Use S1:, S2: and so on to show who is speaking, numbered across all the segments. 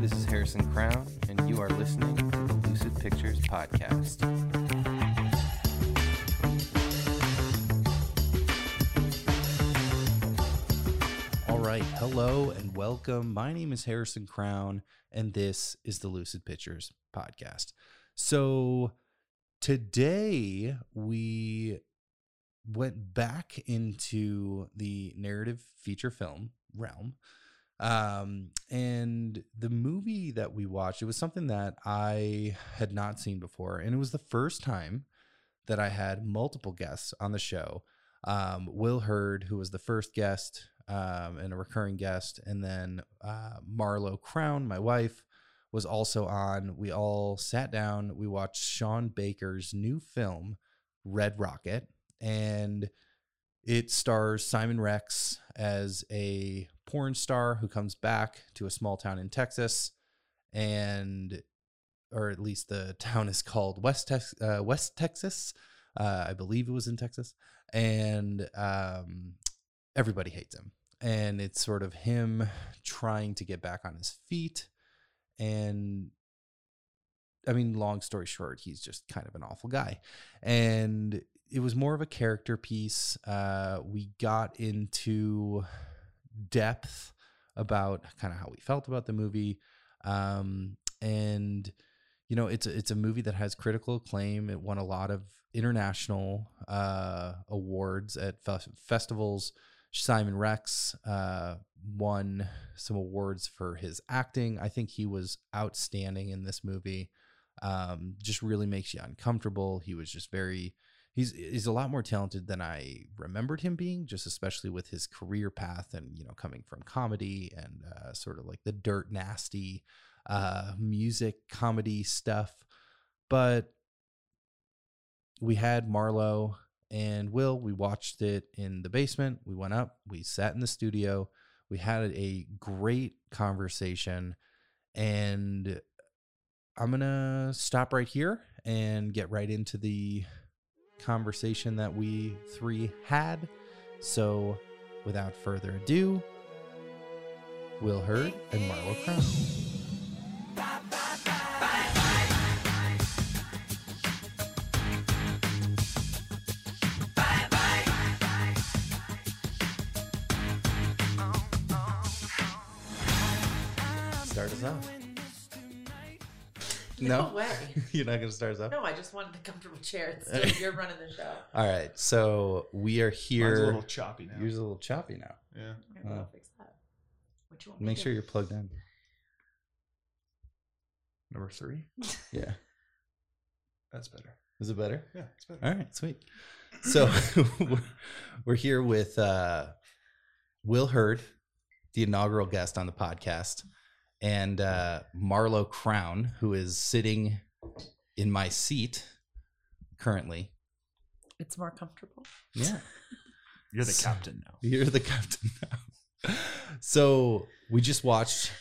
S1: This is Harrison Crown, and you are listening to the Lucid Pictures Podcast.
S2: All right. Hello and welcome. My name is Harrison Crown, and this is the Lucid Pictures podcast. So today we went back into the narrative feature film realm. Um, and the movie that we watched, it was something that I had not seen before. And it was the first time that I had multiple guests on the show um, Will Hurd, who was the first guest um, and a recurring guest, and then uh, Marlo Crown, my wife, was also on. We all sat down. We watched Sean Baker's new film, Red Rocket, and it stars Simon Rex as a porn star who comes back to a small town in Texas, and or at least the town is called West Tex- uh, West Texas. Uh, I believe it was in Texas and um, everybody hates him. And it's sort of him trying to get back on his feet. And I mean, long story short, he's just kind of an awful guy. And it was more of a character piece. Uh, we got into depth about kind of how we felt about the movie. Um, and you know it's a, it's a movie that has critical acclaim it won a lot of international uh awards at fe- festivals simon rex uh won some awards for his acting i think he was outstanding in this movie um just really makes you uncomfortable he was just very he's he's a lot more talented than i remembered him being just especially with his career path and you know coming from comedy and uh, sort of like the dirt nasty uh, music, comedy stuff. But we had Marlo and Will. We watched it in the basement. We went up, we sat in the studio, we had a great conversation. And I'm going to stop right here and get right into the conversation that we three had. So, without further ado, Will Hurd and Marlo Crown. Start us off.
S3: No,
S2: No,
S3: way.
S2: you're not going to start us off.
S3: No, I just wanted the comfortable chair. Instead, you're running the show.
S2: All right, so we are here.
S4: Mine's a little choppy now.
S2: Yours is a little choppy now.
S4: yeah.
S3: Okay, well,
S2: Uh,
S3: I'll fix that. What you want? me
S2: Make
S3: to
S2: sure
S3: do?
S2: you're plugged in.
S4: Number three.
S2: Yeah,
S4: That's better.
S2: is it better?
S4: Yeah, it's better.
S2: All right, sweet. So we're- we're here with uh, Will Hurd, the inaugural guest on the podcast, and uh, Marlo Crown, who is sitting in my seat currently.
S3: It's more comfortable.
S2: Yeah,
S4: You're
S2: the
S4: captain now.
S2: you're the captain now. So we just watched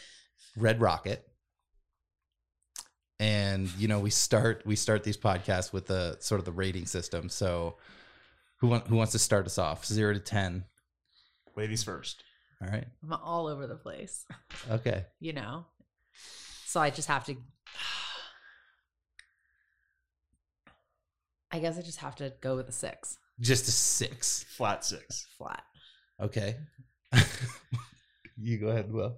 S2: Red Rocket. And you know we start we start these podcasts with the sort of the rating system. So who want, who wants to start us off? Zero to ten.
S4: Ladies first.
S2: All right.
S3: I'm all over the place,
S2: Okay.
S3: you know. So I just have to. I guess I just have to go with a six
S2: Just a six.
S4: Flat six.
S3: flat.
S2: Okay. you go ahead, Will.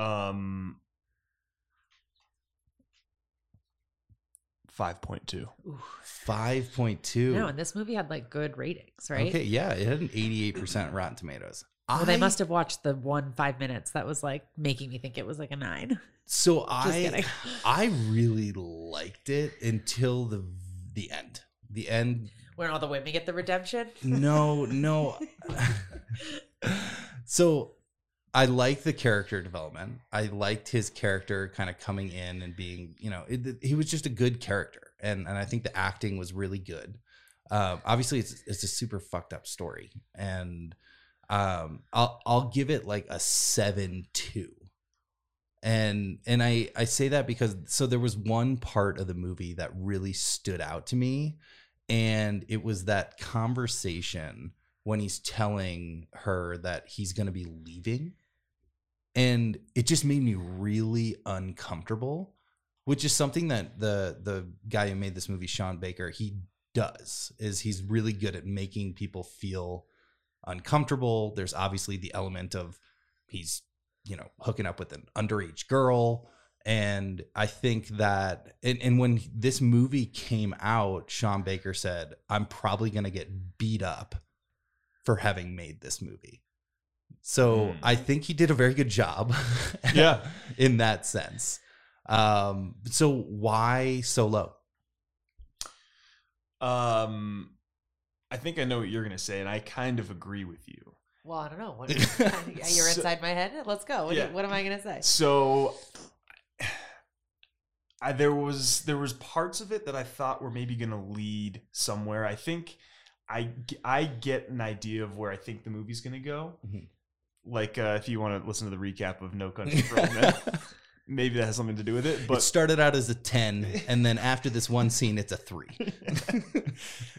S4: Um. Five point two.
S3: Ooh.
S2: Five point two.
S3: No, and this movie had like good ratings, right?
S2: Okay, yeah, it had an eighty-eight percent Rotten Tomatoes.
S3: Well, they
S2: I-
S3: must have watched the one five minutes that was like making me think it was like a nine.
S2: So
S3: Just
S2: I,
S3: kidding.
S2: I really liked it until the the end. The end.
S3: When all the women get the redemption.
S2: No, no. so I like the character development. I liked his character kind of coming in and being, you know, it, he was just a good character, and and I think the acting was really good. Um, obviously, it's it's a super fucked up story, and um, I'll I'll give it like a seven two, and and I I say that because so there was one part of the movie that really stood out to me, and it was that conversation when he's telling her that he's going to be leaving and it just made me really uncomfortable which is something that the the guy who made this movie sean baker he does is he's really good at making people feel uncomfortable there's obviously the element of he's you know hooking up with an underage girl and i think that and, and when this movie came out sean baker said i'm probably going to get beat up for having made this movie so
S4: Hmm.
S2: i think he did a very good job
S4: Yeah.
S2: in that sense um so why so low
S4: Um, I think I know what you're gonna say, and I kind of agree with you.
S3: Well, I don't know. What, you're
S4: So-
S3: inside my head. Let's go. What, do you-
S4: Yeah.
S3: what am I going to say?
S4: So I, there was there was parts of it that I thought were maybe going to lead somewhere. I think I g- I get an idea of where I think the movie's going to go.
S2: Mhm.
S4: Like uh, if you want to listen to the recap of No Country for Old Men, maybe that has something to do with it.
S2: it
S4: But
S2: started out as a 10 and then after this one scene it's a 3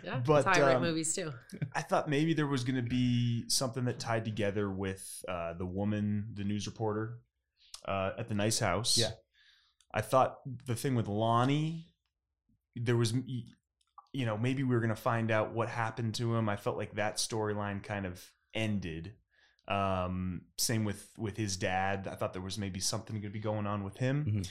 S3: Yeah,
S4: but,
S3: that's how I write
S4: um,
S3: movies too.
S4: I thought maybe there was going to be something that tied together with uh, the woman, the news reporter uh, at the nice house.
S2: Yeah.
S4: I thought the thing with Lonnie, there was, you know, maybe we were going to find out what happened to him. I felt like that storyline kind of ended. Um, same with with his dad. I thought there was maybe something going to be going on with him.
S2: Mhm.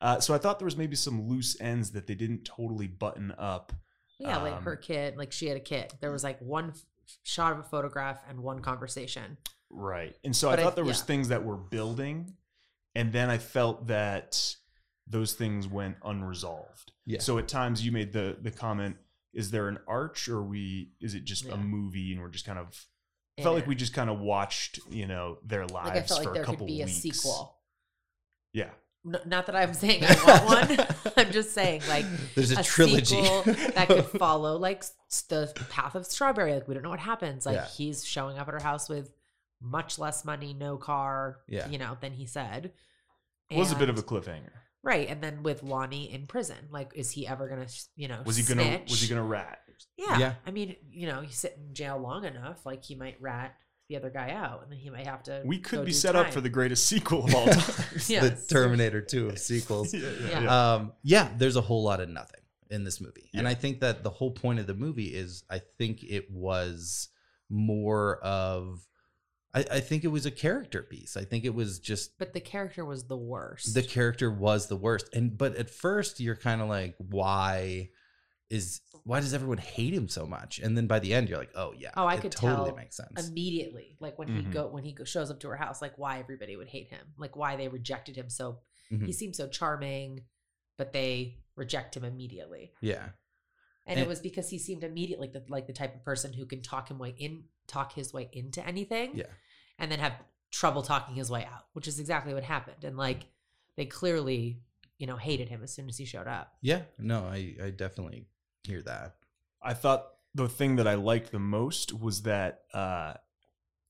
S4: Uh, so I thought there was maybe some loose ends that they didn't totally button up.
S3: Yeah, like
S4: um,
S3: her kid. Like she had a kid. There was like one f- shot of a photograph and one conversation.
S4: Right. And so
S3: But
S4: I
S3: I-
S4: thought there was
S3: yeah.
S4: things that were building and then I felt that those things went unresolved.
S2: Yeah.
S4: So at times you made the the comment is there an arch or we is it just
S3: Yeah.
S4: a movie and we're just kind of
S3: in
S4: felt like
S3: it.
S4: we just kind of watched, you know, their lives
S3: like I felt
S4: for
S3: like there
S4: a couple
S3: could be
S4: weeks.
S3: a sequel.
S4: Yeah.
S3: N- not that I'm saying I want one. I'm just saying like
S2: there's a,
S3: a
S2: trilogy
S3: sequel that could follow like s- the path of strawberry. Like we don't know what happens. Like
S2: Yeah.
S3: he's showing up at her house with much less money, no car,
S2: Yeah.
S3: you know, than he said.
S4: It was a bit of a
S3: And-
S4: cliffhanger.
S3: right, and then with Lonnie in prison, like is he ever gonna, s- you know,
S4: Was he going to was he
S3: snitch?
S4: going to rat?
S3: Yeah.
S2: Yeah.
S3: I mean, you know, you sit in jail long enough, like he might rat the other guy out, and then he might have to.
S4: We could
S3: go
S4: be
S3: do
S4: set up
S3: time.
S4: for the greatest sequel of all time.
S3: Yes.
S2: the terminator 2 of sequels
S4: yeah,
S3: Yeah.
S2: um yeah there's a whole lot of nothing in this movie and
S4: Yeah.
S2: i think that the whole point of the movie is i think it was more of I, I think it was a character piece i think it was just
S3: But the character was the worst.
S2: the character was the worst and but at first you're kind of like why is why does everyone hate him so much and then by the end you're like oh yeah
S3: Oh, I
S2: it
S3: could
S2: totally
S3: tell
S2: makes sense
S3: immediately like when he
S4: Mhm.
S3: go when he go, shows up to her house like why everybody would hate him like why they rejected him so
S2: Mhm.
S4: Mm-hmm.
S3: he seemed so charming but they reject him immediately
S2: yeah
S3: and,
S2: And-
S3: it was because he seemed immediately like the, like the type of person who can talk him way in talk his way into anything
S2: yeah
S3: and then have trouble talking his way out which is exactly what happened and like they clearly you know hated him as soon as he showed up
S2: yeah no i i definitely hear that
S4: I thought the thing that I liked the most was that uh,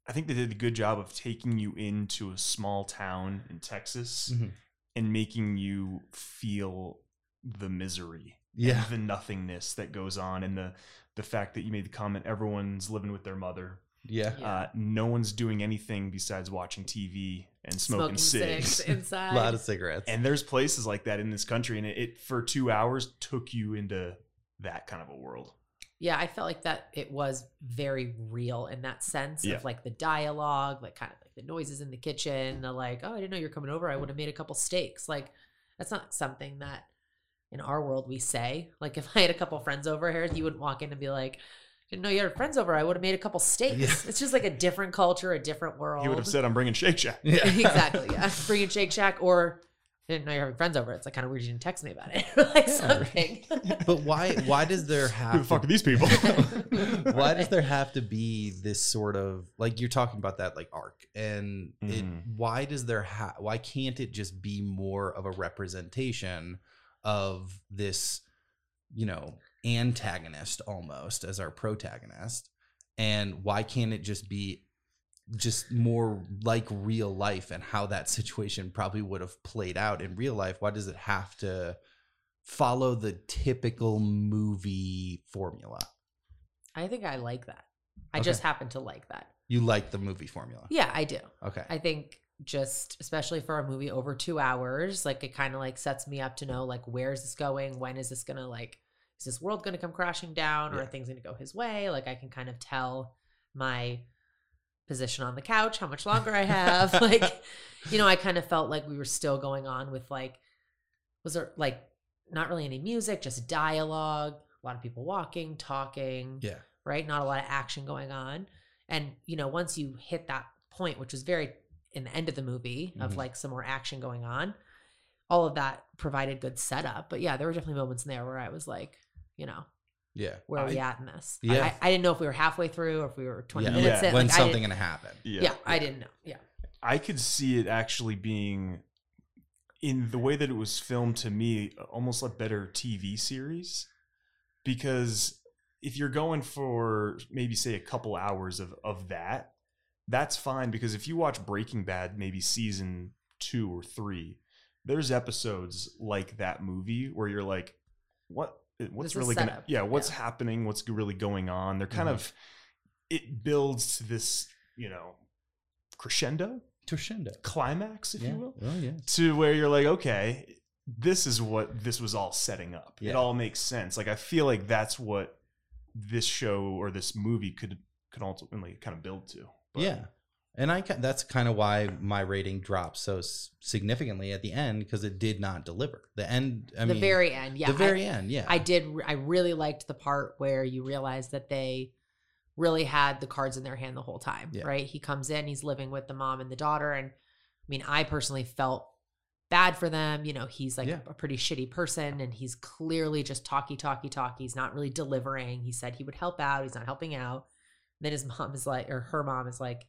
S4: I think they did a good job of taking you into a small town in Texas
S2: Mhm.
S4: and making you feel the misery, and
S2: yeah
S4: the nothingness that goes on, and the the fact that you made the comment everyone's living with their mother,
S2: yeah
S3: Yeah.
S4: uh, no one's doing anything besides watching TV and smoking, cigs.
S2: a
S3: inside
S2: lot of cigarettes
S4: and there's places like that in this country, and it, it for two hours took you into that kind of a world.
S3: Yeah, I felt like that it was very real in that sense
S4: Yeah.
S3: of like the dialogue, like kind of like the noises in the kitchen, the like, oh, I didn't know you were coming over. I would have made a couple steaks. Like, that's not something that in our world we say. Like, if I had a couple friends over here, you wouldn't walk in and be like, didn't know you had friends over. I would have made a couple steaks.
S2: Yeah.
S3: It's just like a different culture, a different world.
S4: He would have said, "I'm bringing Shake Shack."
S2: yeah
S3: exactly. Yeah. Bringing Shake Shack or I didn't know you're having friends over. It's like kind of weird you didn't text me about it. like something.
S2: but why why does there have
S4: Who the
S2: to
S4: fuck are these people?
S2: why does there have to be this sort of like you're talking about that like arc and it,
S4: Mhm.
S2: why does there ha- why can't it just be more of a representation of this you know antagonist almost as our protagonist and why can't it just be just more like real life and how that situation probably would have played out in real life why does it have to follow the typical movie formula
S3: I think I like that. I
S2: Okay.
S3: just happen to like that.
S2: you like the movie formula
S3: Yeah, I do.
S2: okay
S3: I think just especially for a movie over two hours like it kind of like sets me up to know like where is this going when is this gonna like is this world gonna come crashing down or
S2: Yeah.
S3: are things gonna go his way like i can kind of tell my position on the couch how much longer i have like you know i kind of felt like we were still going on with like was there like not really any music just dialogue a lot of people walking talking
S2: Yeah.
S3: right? Not a lot of action going on. And, you know, once you hit that point, which was very in the end of the movie
S2: Mhm.
S3: of like some more action going on, all of that provided good setup. But yeah, there were definitely moments in there where I was like, you know,
S2: Yeah.
S3: where are we
S4: I-
S3: at in this?
S2: Yeah.
S3: I, I didn't know if we were halfway through or if we were 20
S2: Yeah.
S3: minutes
S4: Yeah.
S3: in.
S2: when
S3: Like, I
S2: something
S3: didn't-
S2: gonna happen.
S3: yeah, I didn't know. Yeah.
S4: I could see it actually being in the way that it was filmed to me almost a better TV series because if you're going for maybe say a couple hours of of that that's fine because if you watch Breaking Bad maybe season 2 or 3 there's episodes like that movie where you're like what
S3: This
S4: what's
S3: is
S4: really going to
S3: setup.
S4: yeah what's
S3: Yeah. Mm-hmm.
S4: happening what's really going on they're kind
S2: Mhm.
S4: of it builds to this you know crescendo
S2: Crescendo.
S4: climax, if
S2: yeah.
S4: you will,
S2: Oh yeah.
S4: to where you're like, okay, this is what this was all setting up.
S2: Yeah.
S4: It all makes sense. Like I feel like that's what this show or this movie could could ultimately kind of build to. But-
S2: yeah. And I ca- that's kind of why my rating dropped so s- significantly at the end because it did not deliver. The end. I
S3: the
S2: mean,
S3: very end. Yeah.
S2: the
S3: I-
S2: very end. Yeah.
S3: I did. re- I really liked the part where you realize that they really had the cards in their hand the whole time,
S2: Yeah.
S3: right? He comes in, he's living with the mom and the daughter. And I mean, I personally felt bad for them. You know, he's like
S2: Yeah.
S3: a pretty shitty person and he's clearly just talky, talky, talky. He's not really delivering. He said he would help out, he's not helping out. Then his mom is like, or her mom is like,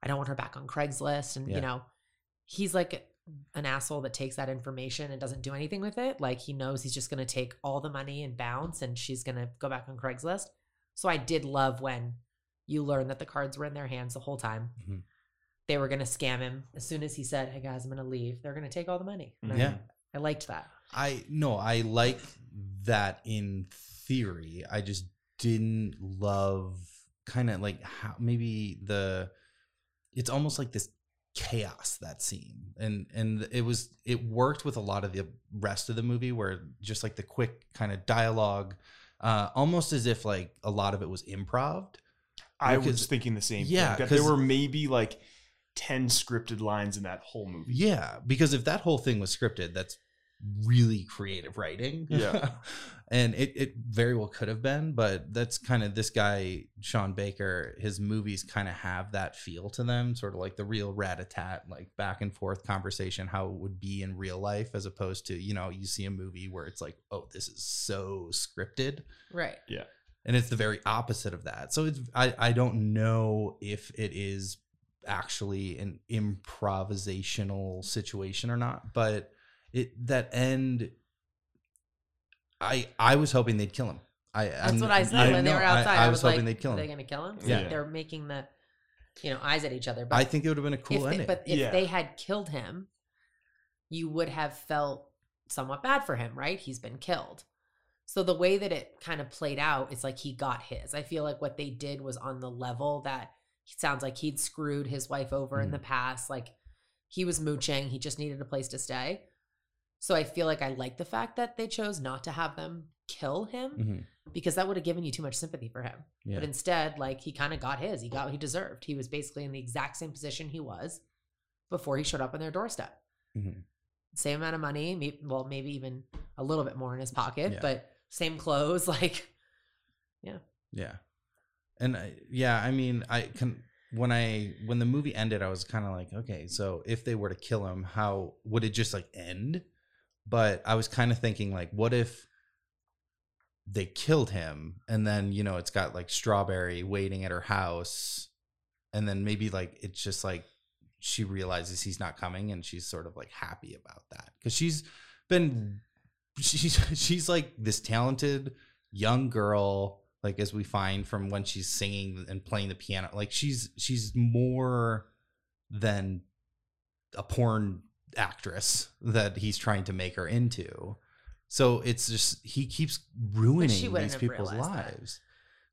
S3: I don't want her back on Craigslist. And,
S2: Yeah.
S3: you know, he's like an asshole that takes that information and doesn't do anything with it. Like he knows he's just going to take all the money and bounce and she's going to go back on Craigslist. So I did love when you learned that the cards were in their hands the whole time.
S2: Mhm.
S3: They were going to scam him. As soon as he said, Hey guys, I'm going to leave, they're going to take all the money. And I-
S2: Yeah.
S3: I liked that.
S2: I no, I like that in theory. I just didn't love kind of like how maybe the it's almost like this chaos that scene. And and it was it worked with a lot of the rest of the movie where just like the quick kind of dialogue uh almost as if like a lot of it was improv.
S4: I
S2: Because-
S4: was thinking the same
S2: yeah,
S4: thing. That there
S2: 'cause-
S4: were maybe like ten scripted lines in that whole movie.
S2: Yeah, because if that whole thing was scripted, that's really creative writing.
S4: Yeah.
S2: and it, it very well could have been, but that's kind of this guy, Sean Baker, his movies kind of have that feel to them, sort of like the real rat a tat, like back and forth conversation, how it would be in real life, as opposed to, you know, you see a movie where it's like, oh, this is so scripted
S3: Right.
S2: and it's the very opposite of that so it's i i don't know if it is actually an improvisational situation or not but it that end i i was hoping they'd kill him i
S3: That's what I said when they were outside.
S2: i, was, hoping
S3: like,
S2: they'd kill
S3: Are they
S2: him
S3: going to kill him?
S4: Yeah.
S3: Like, they're making the, you know, eyes at each other. But
S2: i think it would have been a cool
S3: if
S2: ending
S3: They, but if
S4: Yeah.
S3: they had killed him, you would have felt somewhat bad for him, right? He's been killed. So the way that it kind of played out, it's like he got his. I feel like what they did was on the level that it sounds like he'd screwed his wife over in the past. Like he was mooching, he just needed a place to stay. So I feel like I like the fact that they chose not to have them kill him
S2: Mhm.
S3: because that would have given you too much sympathy for him.
S2: yeah
S3: But instead, like he kind of got his. He got what he deserved. He was basically in the exact same position he was before he showed up on their doorstep.
S2: Mhm.
S3: Same amount of money, may- well, maybe even a little bit more in his pocket,
S2: Yeah.
S3: but same clothes. Like,
S2: Yeah. And I, yeah, I mean, I can when I when the movie ended, I was kind of like, okay, so if they were to kill him, how would it just like end? But I was kind of thinking like, what if they killed him and then, you know, it's got like strawberry waiting at her house and then maybe like it's just like she realizes he's not coming and she's sort of like happy about that cuz she's been she's she's like this talented young girl like as we find from when she's singing and playing the piano like she's she's more than a porn actress that he's trying to make her into so it's just he keeps ruining
S3: wouldn't
S2: these
S3: have
S2: people's
S3: realized that.
S2: lives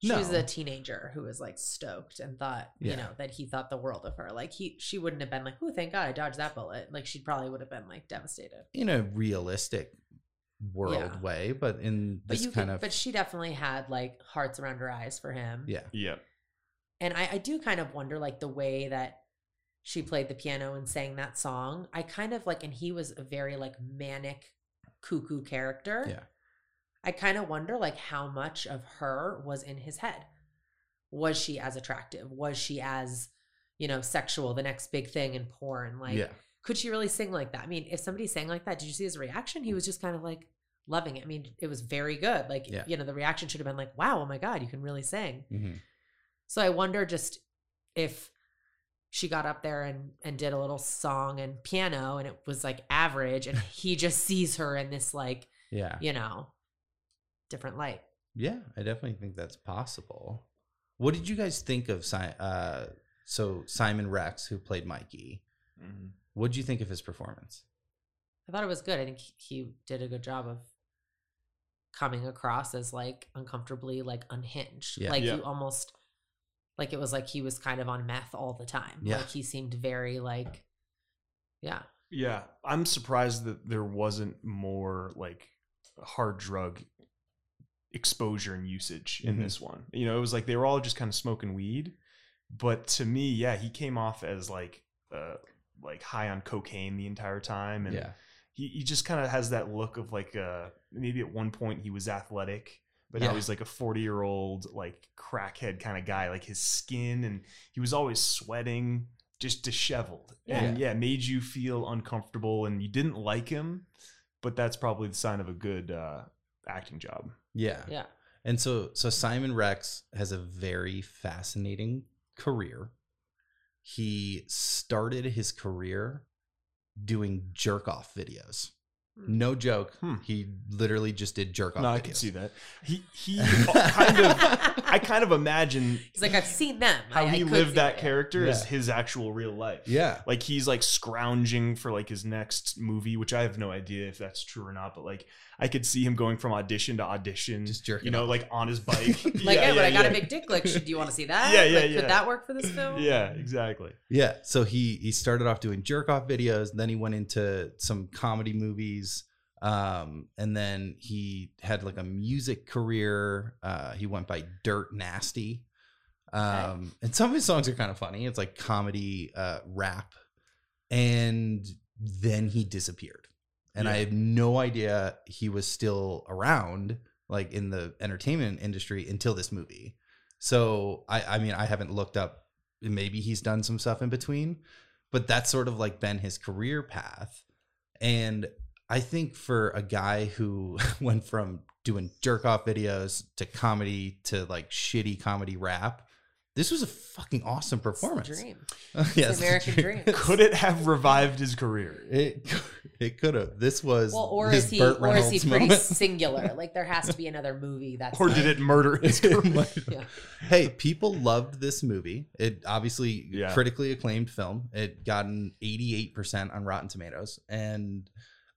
S3: she was
S2: No.
S3: a teenager who was like stoked and thought
S2: Yeah.
S3: you know that he thought the world of her like he she wouldn't have been like oh thank god i dodged that bullet like she probably would have been like devastated
S2: in a realistic world
S3: Yeah.
S2: way, but in
S3: but
S2: this
S3: you
S2: kind
S3: kind
S2: of
S3: but she definitely had like hearts around her eyes for him
S2: yeah,
S4: Yeah.
S3: and I, I do kind of wonder like the way that she played the piano and sang that song i kind of like and he was a very like manic cuckoo character
S2: Yeah.
S3: i kind of wonder like how much of her was in his head was she as attractive was she as you know sexual the next big thing in porn like
S2: yeah,
S3: could she really sing like that i mean if somebody sang like that did you see his reaction he was just kind of like loving it i mean it was very good like
S2: Yeah.
S3: you know the reaction should have been like wow oh my god you can really sing
S2: hmm
S3: so I wonder just if she got up there and and did a little song and piano and it was like average and he just sees her in this like,
S2: yeah,
S3: you know, different light.
S2: yeah. I definitely think that's possible. What did you guys think of si- uh, so Simon Rex, who played Mikey?
S4: Mhm.
S2: What would you think of his performance?
S3: I thought it was good. I think he- he did a good job of coming across as like uncomfortably like unhinged.
S2: Yeah.
S3: Like
S4: Yeah.
S3: you almost like it was like he was kind of on meth all the time.
S2: Yeah.
S3: Like he seemed very like yeah.
S4: Yeah. I'm surprised that there wasn't more like hard drug exposure and usage in
S2: Mhm.
S4: this one. You know, it was like they were all just kind of smoking weed. But to me, yeah, he came off as like uh like high on cocaine the entire time and
S2: Yeah,
S4: he, he just kind of has that look of like uh maybe at one point he was athletic but
S2: Yeah.
S4: now he's like a 40 year old like crackhead kind of guy like his skin and he was always sweating just disheveled and yeah made you feel uncomfortable and you didn't like him but that's probably the sign of a good uh acting job
S2: yeah,
S3: Yeah.
S2: And so, so Simon Rex has a very fascinating career. He started his career doing jerk off videos. No joke.
S4: Hmm.
S2: He literally just did jerk off.
S4: no
S2: videos.
S4: i can see that he he kind of i kind of imagine
S3: He's like I've seen them.
S4: how
S3: I, I
S4: he
S3: could
S4: lived
S3: see
S4: that
S3: it."
S4: character is
S2: Yeah.
S4: his actual real life
S2: Yeah.
S4: like he's like scrounging for like his next movie which i have no idea if that's true or not but like i could see him going from audition to audition
S2: Just jerking
S4: you know
S2: off.
S4: like on his bike
S3: Like,
S4: yeah,
S3: oh, but
S4: yeah,
S3: I got
S4: yeah.
S3: a big dick. Like, should, do you want to see that?
S4: Yeah, yeah,
S3: like,
S4: yeah.
S3: Could that work for this film?
S4: yeah exactly
S2: Yeah. So he he started off doing jerk off videos, then he went into some comedy movies. Um, and then he had like a music career. Uh, he went by Dirt Nasty. Um, and some of his songs are kind of funny. It's like comedy uh rap. And then he disappeared. And I
S4: Yeah.
S2: have no idea he was still around, like in the entertainment industry until this movie. So I I mean I haven't looked up maybe he's done some stuff in between, but that's sort of like been his career path. And I think for a guy who went from doing jerk off videos to comedy to like shitty comedy rap, this was a fucking awesome
S3: It's the
S2: performance.
S3: dream.
S2: yes,
S3: It's the American dream.
S4: could it have revived his career
S2: It it could have. This was
S3: Well, or
S2: his
S3: is he?
S2: Burt
S3: or is he
S2: Reynolds
S3: pretty
S2: moment.
S3: singular? Like, there has to be another movie that's.
S4: or did
S3: like-
S4: it murder his career
S3: Yeah.
S2: hey, people loved this movie. It obviously
S4: Yeah.
S2: critically acclaimed film. It got an 88% on Rotten Tomatoes. And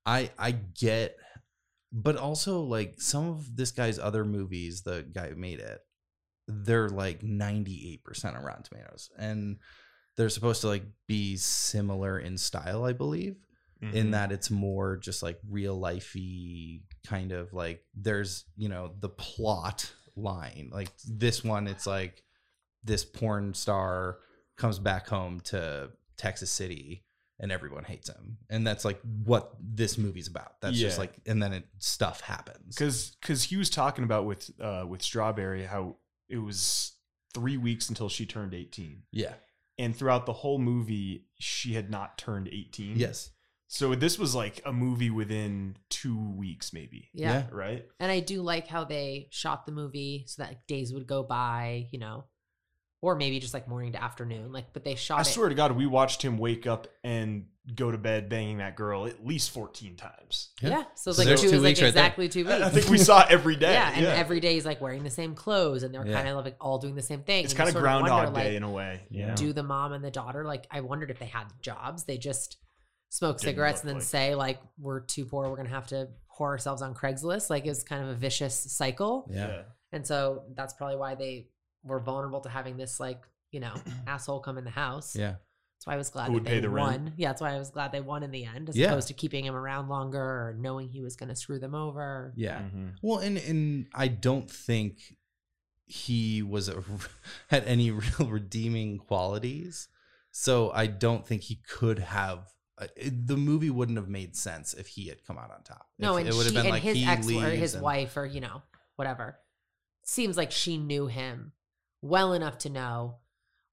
S2: I I get but also like some of this guy's other movies, the guy who made it, they're like 98% on Rotten Tomatoes. And they're supposed to like be similar in style, I believe
S4: Mm-hmm.
S2: in that it's more just like real lifey kind of like there's you know the plot line like this one it's like this porn star comes back home to Texas City and everyone hates him and that's like what this movie's about that's just
S4: Yeah.
S2: like and then it stuff happens
S4: because because he was talking about with uh with strawberry how it was three weeks until she turned 18
S2: yeah
S4: and throughout the whole movie she had not turned 18
S2: yes
S4: So this was like a movie within two weeks, maybe.
S3: yeah.
S2: Yeah.
S4: Right?
S3: And I do like how they shot the movie so that like, days would go by, you know, or maybe just like morning to afternoon. Like, but they shot
S4: I
S3: it.
S4: swear to God, we watched him wake up and go to bed banging that girl at least 14 times.
S3: Yeah. So, it's
S2: So
S3: like
S2: there's
S3: two,
S2: two
S3: was like
S2: weeks right there.
S3: exactly two weeks.
S4: I I think we saw it every day.
S3: yeah, and every day he's like wearing the same clothes, and they're
S2: Yeah.
S3: kind of like all doing the same thing.
S4: It's
S3: and you
S4: kind of
S3: sort wonder,
S4: Groundhog
S3: like,
S4: Day in a way.
S2: Yeah.
S4: Yeah.
S3: do the mom and the daughter like i wondered if they had jobs they just smoke
S4: Didn't
S3: cigarettes
S4: look
S3: and then
S4: like-
S3: say like we're too poor we're gonna have to whore ourselves on craigslist like it was kind of a vicious cycle
S2: yeah
S3: And so that's probably why they were vulnerable to having this like, you know, asshole come in the house.
S2: Yeah.
S3: That's why I was glad
S4: Who
S3: that
S4: would
S3: they
S4: pay the
S3: won.
S4: rent.
S3: Yeah, that's why I was glad they won in the end, as
S2: Yeah.
S3: opposed to keeping him around longer or knowing he was going to screw them over.
S2: Yeah.
S4: Mm-hmm.
S2: Well, and and I don't think he was a, had any real redeeming qualities. So I don't think he could have. uh, it- the movie wouldn't have made sense if he had come out on top.
S3: No,
S2: If
S3: and she and his
S2: he
S3: ex or
S2: leaves
S3: his
S2: and-
S3: wife or you know whatever. Seems like she knew him well enough to know.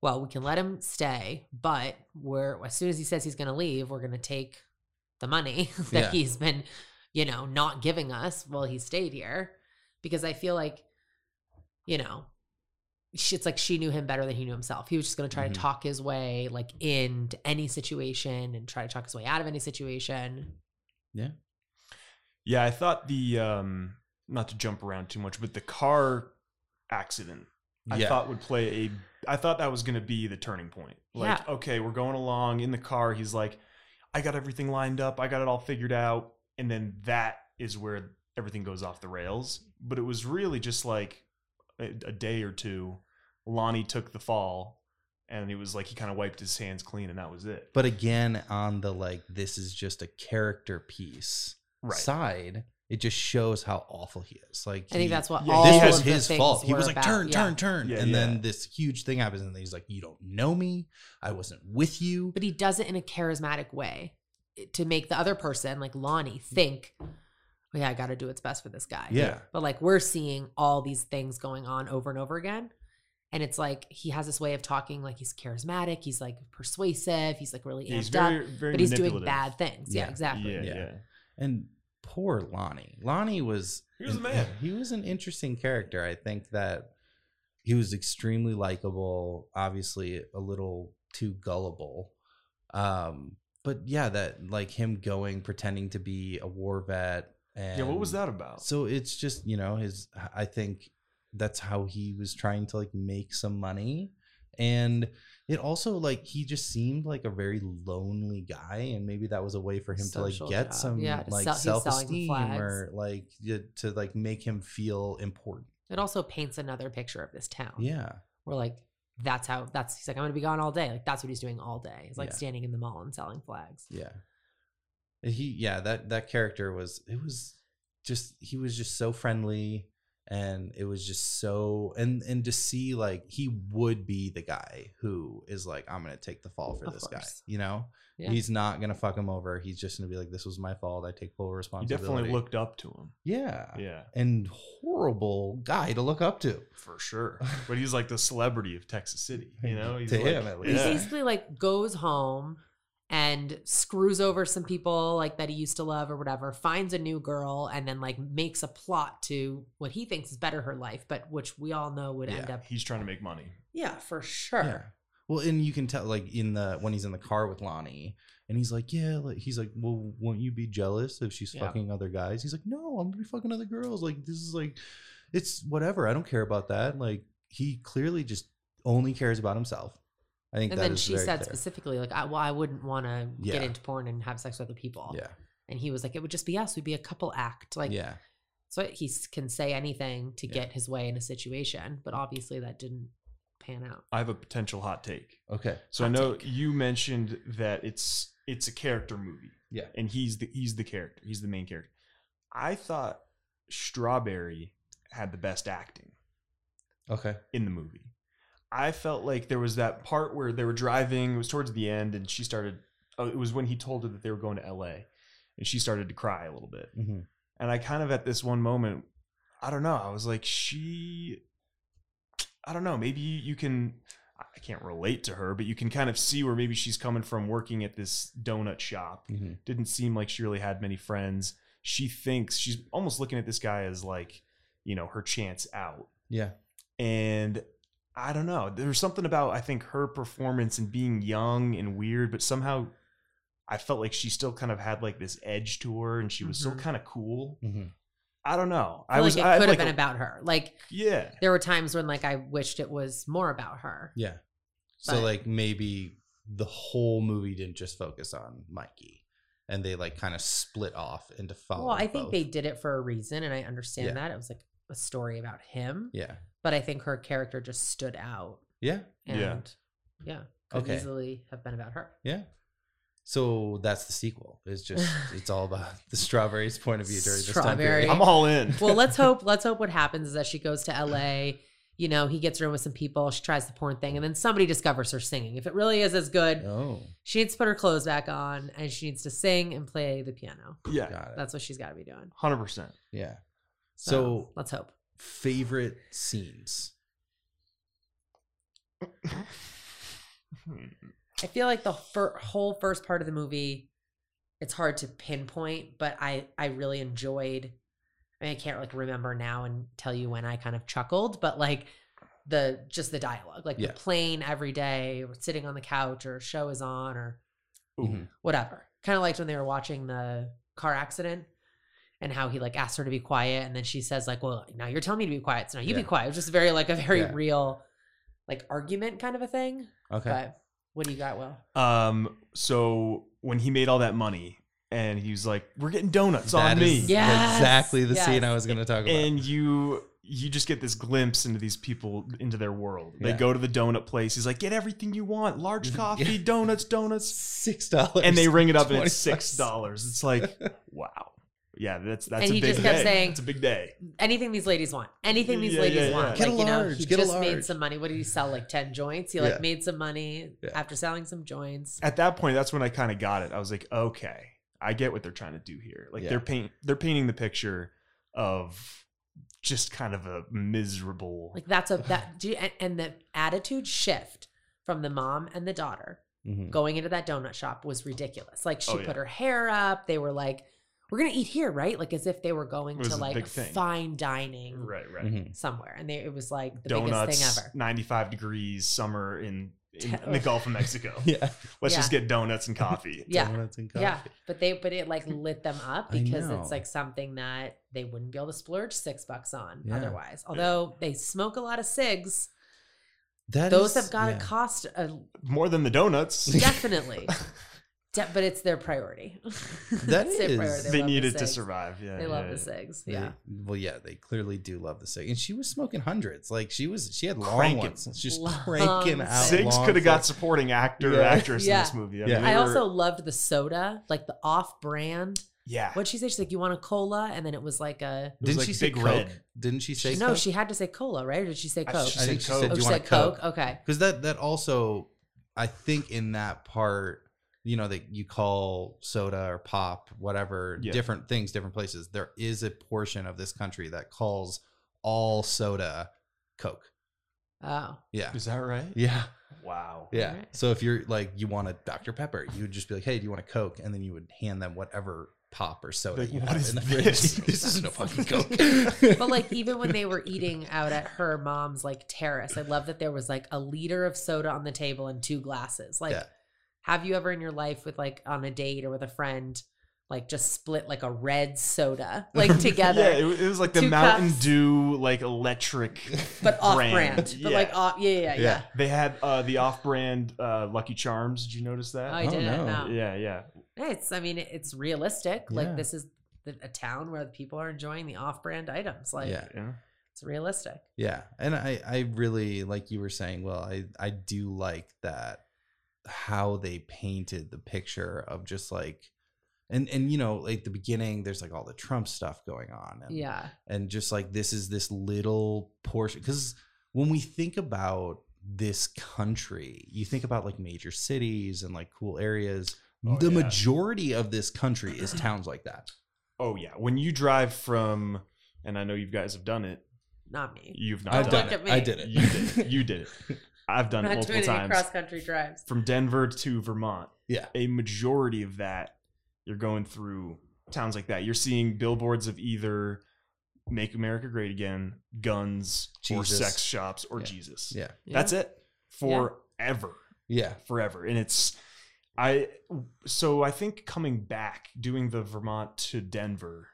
S3: Well, we can let him stay, but we're as soon as he says he's going to leave, we're going to take the money that
S2: Yeah.
S3: he's been, you know, not giving us while he stayed here, because I feel like, you know. she- It's like she knew him better than he knew himself. He was just going to try
S2: Mhm.
S3: to talk his way like into any situation and try to talk his way out of any situation.
S4: Yeah, I thought the um not to jump around too much, but the car accident I
S2: Yeah.
S4: thought would play a I thought that was gonna be the turning point. Like, okay, we're going along in the car, he's like, I got everything lined up, I got it all figured out, and then that is where everything goes off the rails. But it was really just like a, a day or two, Lonnie took the fall and it was like he kind of wiped his hands clean and that was it.
S2: But again, on the like, this is just a character piece side. It just shows how awful he is. Like
S3: I think
S2: he-
S3: that's what
S4: Yeah,
S3: all
S2: this
S4: all
S2: was
S3: of the
S2: his
S3: things
S2: fault. He
S3: were
S2: was like,
S3: about.
S2: turn,
S3: Yeah.
S2: turn, turn.
S4: Yeah,
S2: and
S4: yeah.
S2: then this huge thing happens, and he's like, you don't know me. I wasn't with you.
S3: But he does it in a charismatic way eh, to make the other person, like Lonnie, think, oh, yeah, I got to do what's best for this guy.
S2: yeah.
S3: But like we're seeing all these things going on over and over again. And it's like he has this way of talking like he's charismatic, he's like persuasive, he's like really amped
S4: Yeah, he's
S3: up,
S4: very, very
S3: but he's doing
S4: manipulative.
S3: bad things. Yeah,
S2: Yeah.
S3: exactly.
S4: Yeah,
S2: Yeah.
S4: yeah.
S2: And poor Lonnie. Lonnie was
S4: He was a man.
S2: He was an interesting character. I think that he was extremely likable, obviously a little too gullible. Um, but yeah, that like him going pretending to be a war vet and
S4: Yeah, what was that
S3: Oh.
S4: about?
S2: So it's just, you know, his I think that's how he was trying to like make some money. And it also like he just seemed like a very lonely guy, and maybe that was a way for him to
S3: Social
S2: like get
S3: job.
S2: some
S3: Yeah, to
S2: like
S3: sell- he's selling
S2: self esteem
S3: flags.
S2: or like y- to like make him feel important.
S3: It also paints another picture of this town.
S2: Yeah,
S3: We're like, that's how that's he's like, I'm gonna be gone all day. Like that's what he's doing all day. He's like
S2: Yeah.
S3: standing in the mall and selling flags.
S2: yeah. He yeah that that character was it was just he was just so friendly and it was just so and and to see like he would be the guy who is like i'm gonna take the fall for
S3: Of
S2: this guy
S3: course.
S2: you know
S3: Yeah.
S2: he's not gonna fuck him over he's just gonna be like this was my fault i take full
S4: You
S2: responsibility
S4: definitely looked up to him.
S2: yeah
S4: Yeah,
S2: and horrible guy to look up to
S4: for sure. But he's like the celebrity of Texas City, you know? He's
S2: To
S4: like,
S2: him, at
S3: He
S2: least.
S4: Yeah.
S3: basically like goes home and screws over some people like that he used to love or whatever, finds a new girl, and then like makes a plot to what he thinks is better her life, but which we all know would end
S2: Yeah.
S3: up
S4: He's trying to make money.
S3: Yeah, for sure.
S2: Yeah. Well, and you can tell, like, in the when he's in the car with Lonnie, and he's like, "Yeah," like, he's like, "Well, won't you be jealous if she's
S3: Yeah.
S2: fucking other guys?" He's like, "No, I'm gonna be fucking other girls. Like, this is like, it's whatever. I don't care about that." Like, he clearly just only cares about himself. I think
S3: And
S2: that
S3: then
S2: is
S3: she
S2: very
S3: said
S2: clear.
S3: specifically, like, I, well, I wouldn't want to
S2: Yeah.
S3: get into porn and have sex with other people.
S2: "Yeah,
S3: And he was like, it would just be us. We'd be a couple act. Like,
S2: yeah,
S3: so he s- can say anything to
S2: Yeah.
S3: get his way in a situation. But obviously that didn't pan out.
S4: I have a potential hot take.
S2: okay,
S4: So
S3: Hot
S4: I know
S3: take.
S4: you mentioned that it's it's a character movie.
S2: Yeah.
S4: And he's the he's the character. He's the main character. I thought Strawberry had the best acting
S2: okay,
S4: in the movie. I felt like there was that part where they were driving, it was towards the end, and she started oh, it was when he told her that they were going to LA and she started to cry a little bit.
S2: hmm
S4: And I kind of at this one moment, I don't know, I was like, she, I don't know, maybe you can, I can't relate to her, but you can kind of see where maybe she's coming from working at this donut shop.
S2: hmm
S4: Didn't seem like she really had many friends. She thinks she's almost looking at this guy as like, you know, her chance out.
S2: yeah,
S4: And I don't know, there's something about, I think, her performance and being young and weird, but somehow. I felt like she still kind of had like this edge to her, and she was
S3: Mhm.
S4: still kind of cool.
S2: hmm
S4: I don't know.
S3: I
S4: I,
S3: feel
S4: was.
S3: like it
S4: I had,
S3: could have
S4: like,
S3: been
S4: a-
S3: about her. Like,
S4: Yeah.
S3: there were times when like I wished it was more about her.
S2: yeah." So
S3: But-
S2: like maybe the whole movie didn't just focus on Mikey, and they like kind of split off into follow.
S3: Well, I think
S2: both.
S3: they did it for a reason, and I understand
S2: Yeah.
S3: that. It was like a story about him,
S2: Yeah.
S3: but I think her character just stood out
S2: Yeah.
S4: Yeah.
S3: and yeah, could
S2: Okay.
S3: easily have been about her.
S2: Yeah. So that's the sequel. It's just it's all about the strawberries' point of view during this time period.
S3: Strawberry.
S4: I'm all in.
S3: Well, let's hope let's hope what happens is that she goes to LA, you know, he gets her in with some people, she tries the porn thing, and then somebody discovers her singing. If it really is as good,
S2: Oh,
S3: she needs to put her clothes back on and she needs to sing and play the piano.
S4: Yeah,
S2: got it.
S3: That's what she's gotta be doing.
S4: hundred percent.
S2: Yeah. So
S3: let's hope.
S2: favorite scenes.
S3: I feel like the fir- whole first part of the movie, it's hard to pinpoint, but I I really enjoyed. I mean, I can't like remember now and tell you when I kind of chuckled, but like the just the dialogue, like
S2: Yeah.
S3: the plane every day, or sitting on the couch, or show is on, or
S2: Mhm.
S3: whatever. Kind of liked when they were watching the car accident and how he like asked her to be quiet, and then she says like, "Well, now you're telling me to be quiet, so now you be
S2: Yeah.
S3: quiet." It was just very like a very
S2: Yeah.
S3: real like argument kind of a thing.
S2: Okay.
S3: But what do you got, Will?
S4: Um, so when he made all that money and he was like, "We're getting donuts on
S2: That
S4: me,"
S2: is
S3: Yes,
S2: exactly the
S3: yes.
S2: scene I was going to talk about.
S4: and you you just get this glimpse into these people into their world. They
S2: Yeah.
S4: go to the donut place. He's like, "Get everything you want: large
S2: Yeah.
S4: coffee, donuts, donuts."
S2: Six dollars.
S4: And they ring it up and it's
S2: 25
S4: six dollars. It's like, wow, yeah, that's that's
S3: And
S4: a
S3: he
S4: big
S3: just kept
S4: day.
S3: saying-
S4: it's a big day.
S3: anything these ladies want. Anything these
S4: Yeah,
S3: ladies
S4: yeah, yeah.
S3: want.
S2: Get a
S3: like, you know,
S2: large,
S3: he
S2: get a
S3: just made
S2: large.
S3: some money. What did he sell? Like 10 joints? He like
S2: Yeah.
S3: made some money
S2: Yeah.
S3: after selling some joints.
S4: At that point, that's when I kind of got it. I was like, okay, I get what they're trying to do here. Like
S2: Yeah.
S4: they're paint they're painting the picture of just kind of a miserable.
S3: Like that's a that do you, and, and the attitude shift from the mom and the daughter
S2: Mhm.
S3: going into that donut shop was ridiculous. Like she
S4: Oh, yeah.
S3: put her hair up. They were like, We're gonna eat here, right? Like as if they were going
S4: It was
S3: to
S4: a
S3: like
S4: big thing.
S3: fine dining
S4: right, right.
S2: Mhm.
S3: somewhere. And they, it was like the
S4: Donuts,
S3: biggest thing ever.
S4: 95 degrees, summer in, in,
S3: Te-
S4: in the Gulf of Mexico.
S2: Yeah.
S4: Let's
S3: Yeah.
S4: just get donuts and coffee.
S3: Yeah.
S2: Donuts and
S3: Yeah,
S2: coffee.
S3: but they but it like lit them up
S2: I
S3: because
S2: know.
S3: it's like something that they wouldn't be able to splurge six bucks on
S2: Yeah.
S3: otherwise. Although they smoke a lot of cigs,
S2: That
S3: those
S2: is-
S3: have got
S2: yeah.
S3: to cost a,
S4: More than the donuts.
S3: definitely, De- but it's their priority.
S2: That
S3: It's their
S2: is-
S4: they
S3: love the
S4: needed to
S3: cigs.
S4: survive. Yeah.
S3: They love
S4: yeah,
S3: the
S4: yeah.
S3: cigs.
S2: They-
S3: Yeah,
S2: well, yeah, they clearly do love the cig, and she was smoking hundreds. Like she was, she had long
S4: Cranking.
S2: ones. It's Just
S3: Long
S2: cranking out.
S3: cigs.
S4: Sigs
S2: long
S4: could have got
S2: fucking-
S4: supporting actor
S2: Yeah.
S4: or actress
S3: Yeah.
S4: in this movie.
S2: Yeah.
S4: mean, they
S3: I
S4: were-
S3: also loved the soda, like the off-brand.
S4: yeah.
S3: What'd she say? She's like, "You want a cola?" And then it was like a
S4: was
S2: Didn't
S4: like
S2: she say
S4: Big
S2: Coke?
S4: Red.
S2: Didn't she say
S3: no.
S2: Coke?
S3: She had to say cola, right? Or did she say
S4: I-
S3: coke?
S4: she
S2: I
S4: said
S2: think she
S4: Coke.
S2: said,
S3: oh,
S2: "Do you
S3: she
S2: want a
S3: said
S2: Coke?"
S3: coke. Okay.
S2: Because that that also, I think in that part, you know, that you call soda or pop, whatever,
S4: Yeah.
S2: different things, different places. There is a portion of this country that calls all soda Coke.
S3: Oh,
S2: Yeah,
S4: Is that right?
S2: yeah,
S4: Wow.
S2: yeah.
S3: Alright.
S2: So if you're like you want a Dr Pepper, you would just be like, "Hey, do you want a Coke?" And then you would hand them whatever pop or soda
S4: Like,
S2: you
S4: what
S2: have
S4: is
S2: in the
S4: this?
S2: fridge. this isn't a fucking Coke.
S3: but like even when they were eating out at her mom's like terrace i love that there was like a liter of soda on the table and two glasses like
S2: Yeah.
S3: have you ever in your life with like on a date or with a friend like just split like a red soda like together
S4: Yeah, it, wa- it was like the
S3: Two
S4: Mountain
S3: cups.
S4: Dew, like electric.
S3: but off brand,
S4: brand,
S3: but
S4: yeah.
S3: like off yeah yeah yeah,
S2: Yeah.
S4: They had uh, the off-brand uh, Lucky Charms. Did you notice that?
S3: Oh, I
S2: Oh,
S3: didn't
S2: no.
S3: know.
S4: yeah, yeah.
S3: It's, I mean, it's realistic.
S2: Yeah.
S3: Like this is the, a town where people are enjoying the off-brand items. Like
S2: Yeah.
S4: yeah.
S3: it's realistic.
S2: Yeah, and I I really like you were saying. Well, I I do like that how they painted the picture of just like, and and you know like the beginning. There's like all the Trump stuff going on,
S4: Um,
S2: and
S3: Yeah,
S2: and just like this is this little portion because when we think about this country, you think about like major cities and like cool areas.
S4: Oh,
S2: the
S4: yeah.
S2: majority of this country is towns like that.
S4: Oh yeah. When you drive from, and I know you guys have done it.
S3: not me.
S4: You've not
S2: I've
S3: Don't
S2: done
S3: look
S2: it.
S3: at
S2: I
S3: me.
S2: did it.
S4: You did. It. You did it. I've
S3: I'm
S4: done it
S3: not doing
S4: multiple
S3: any
S4: times.
S3: cross-country drives.
S4: From Denver to Vermont.
S2: Yeah.
S4: A majority of that, you're going through towns like that. You're seeing billboards of either "Make America Great Again," guns,
S2: Jesus.
S4: or sex shops, or
S2: Yeah.
S4: Jesus.
S2: Yeah.
S4: That's it forever.
S2: Yeah.
S4: forever and it's i so i think coming back doing the vermont to denver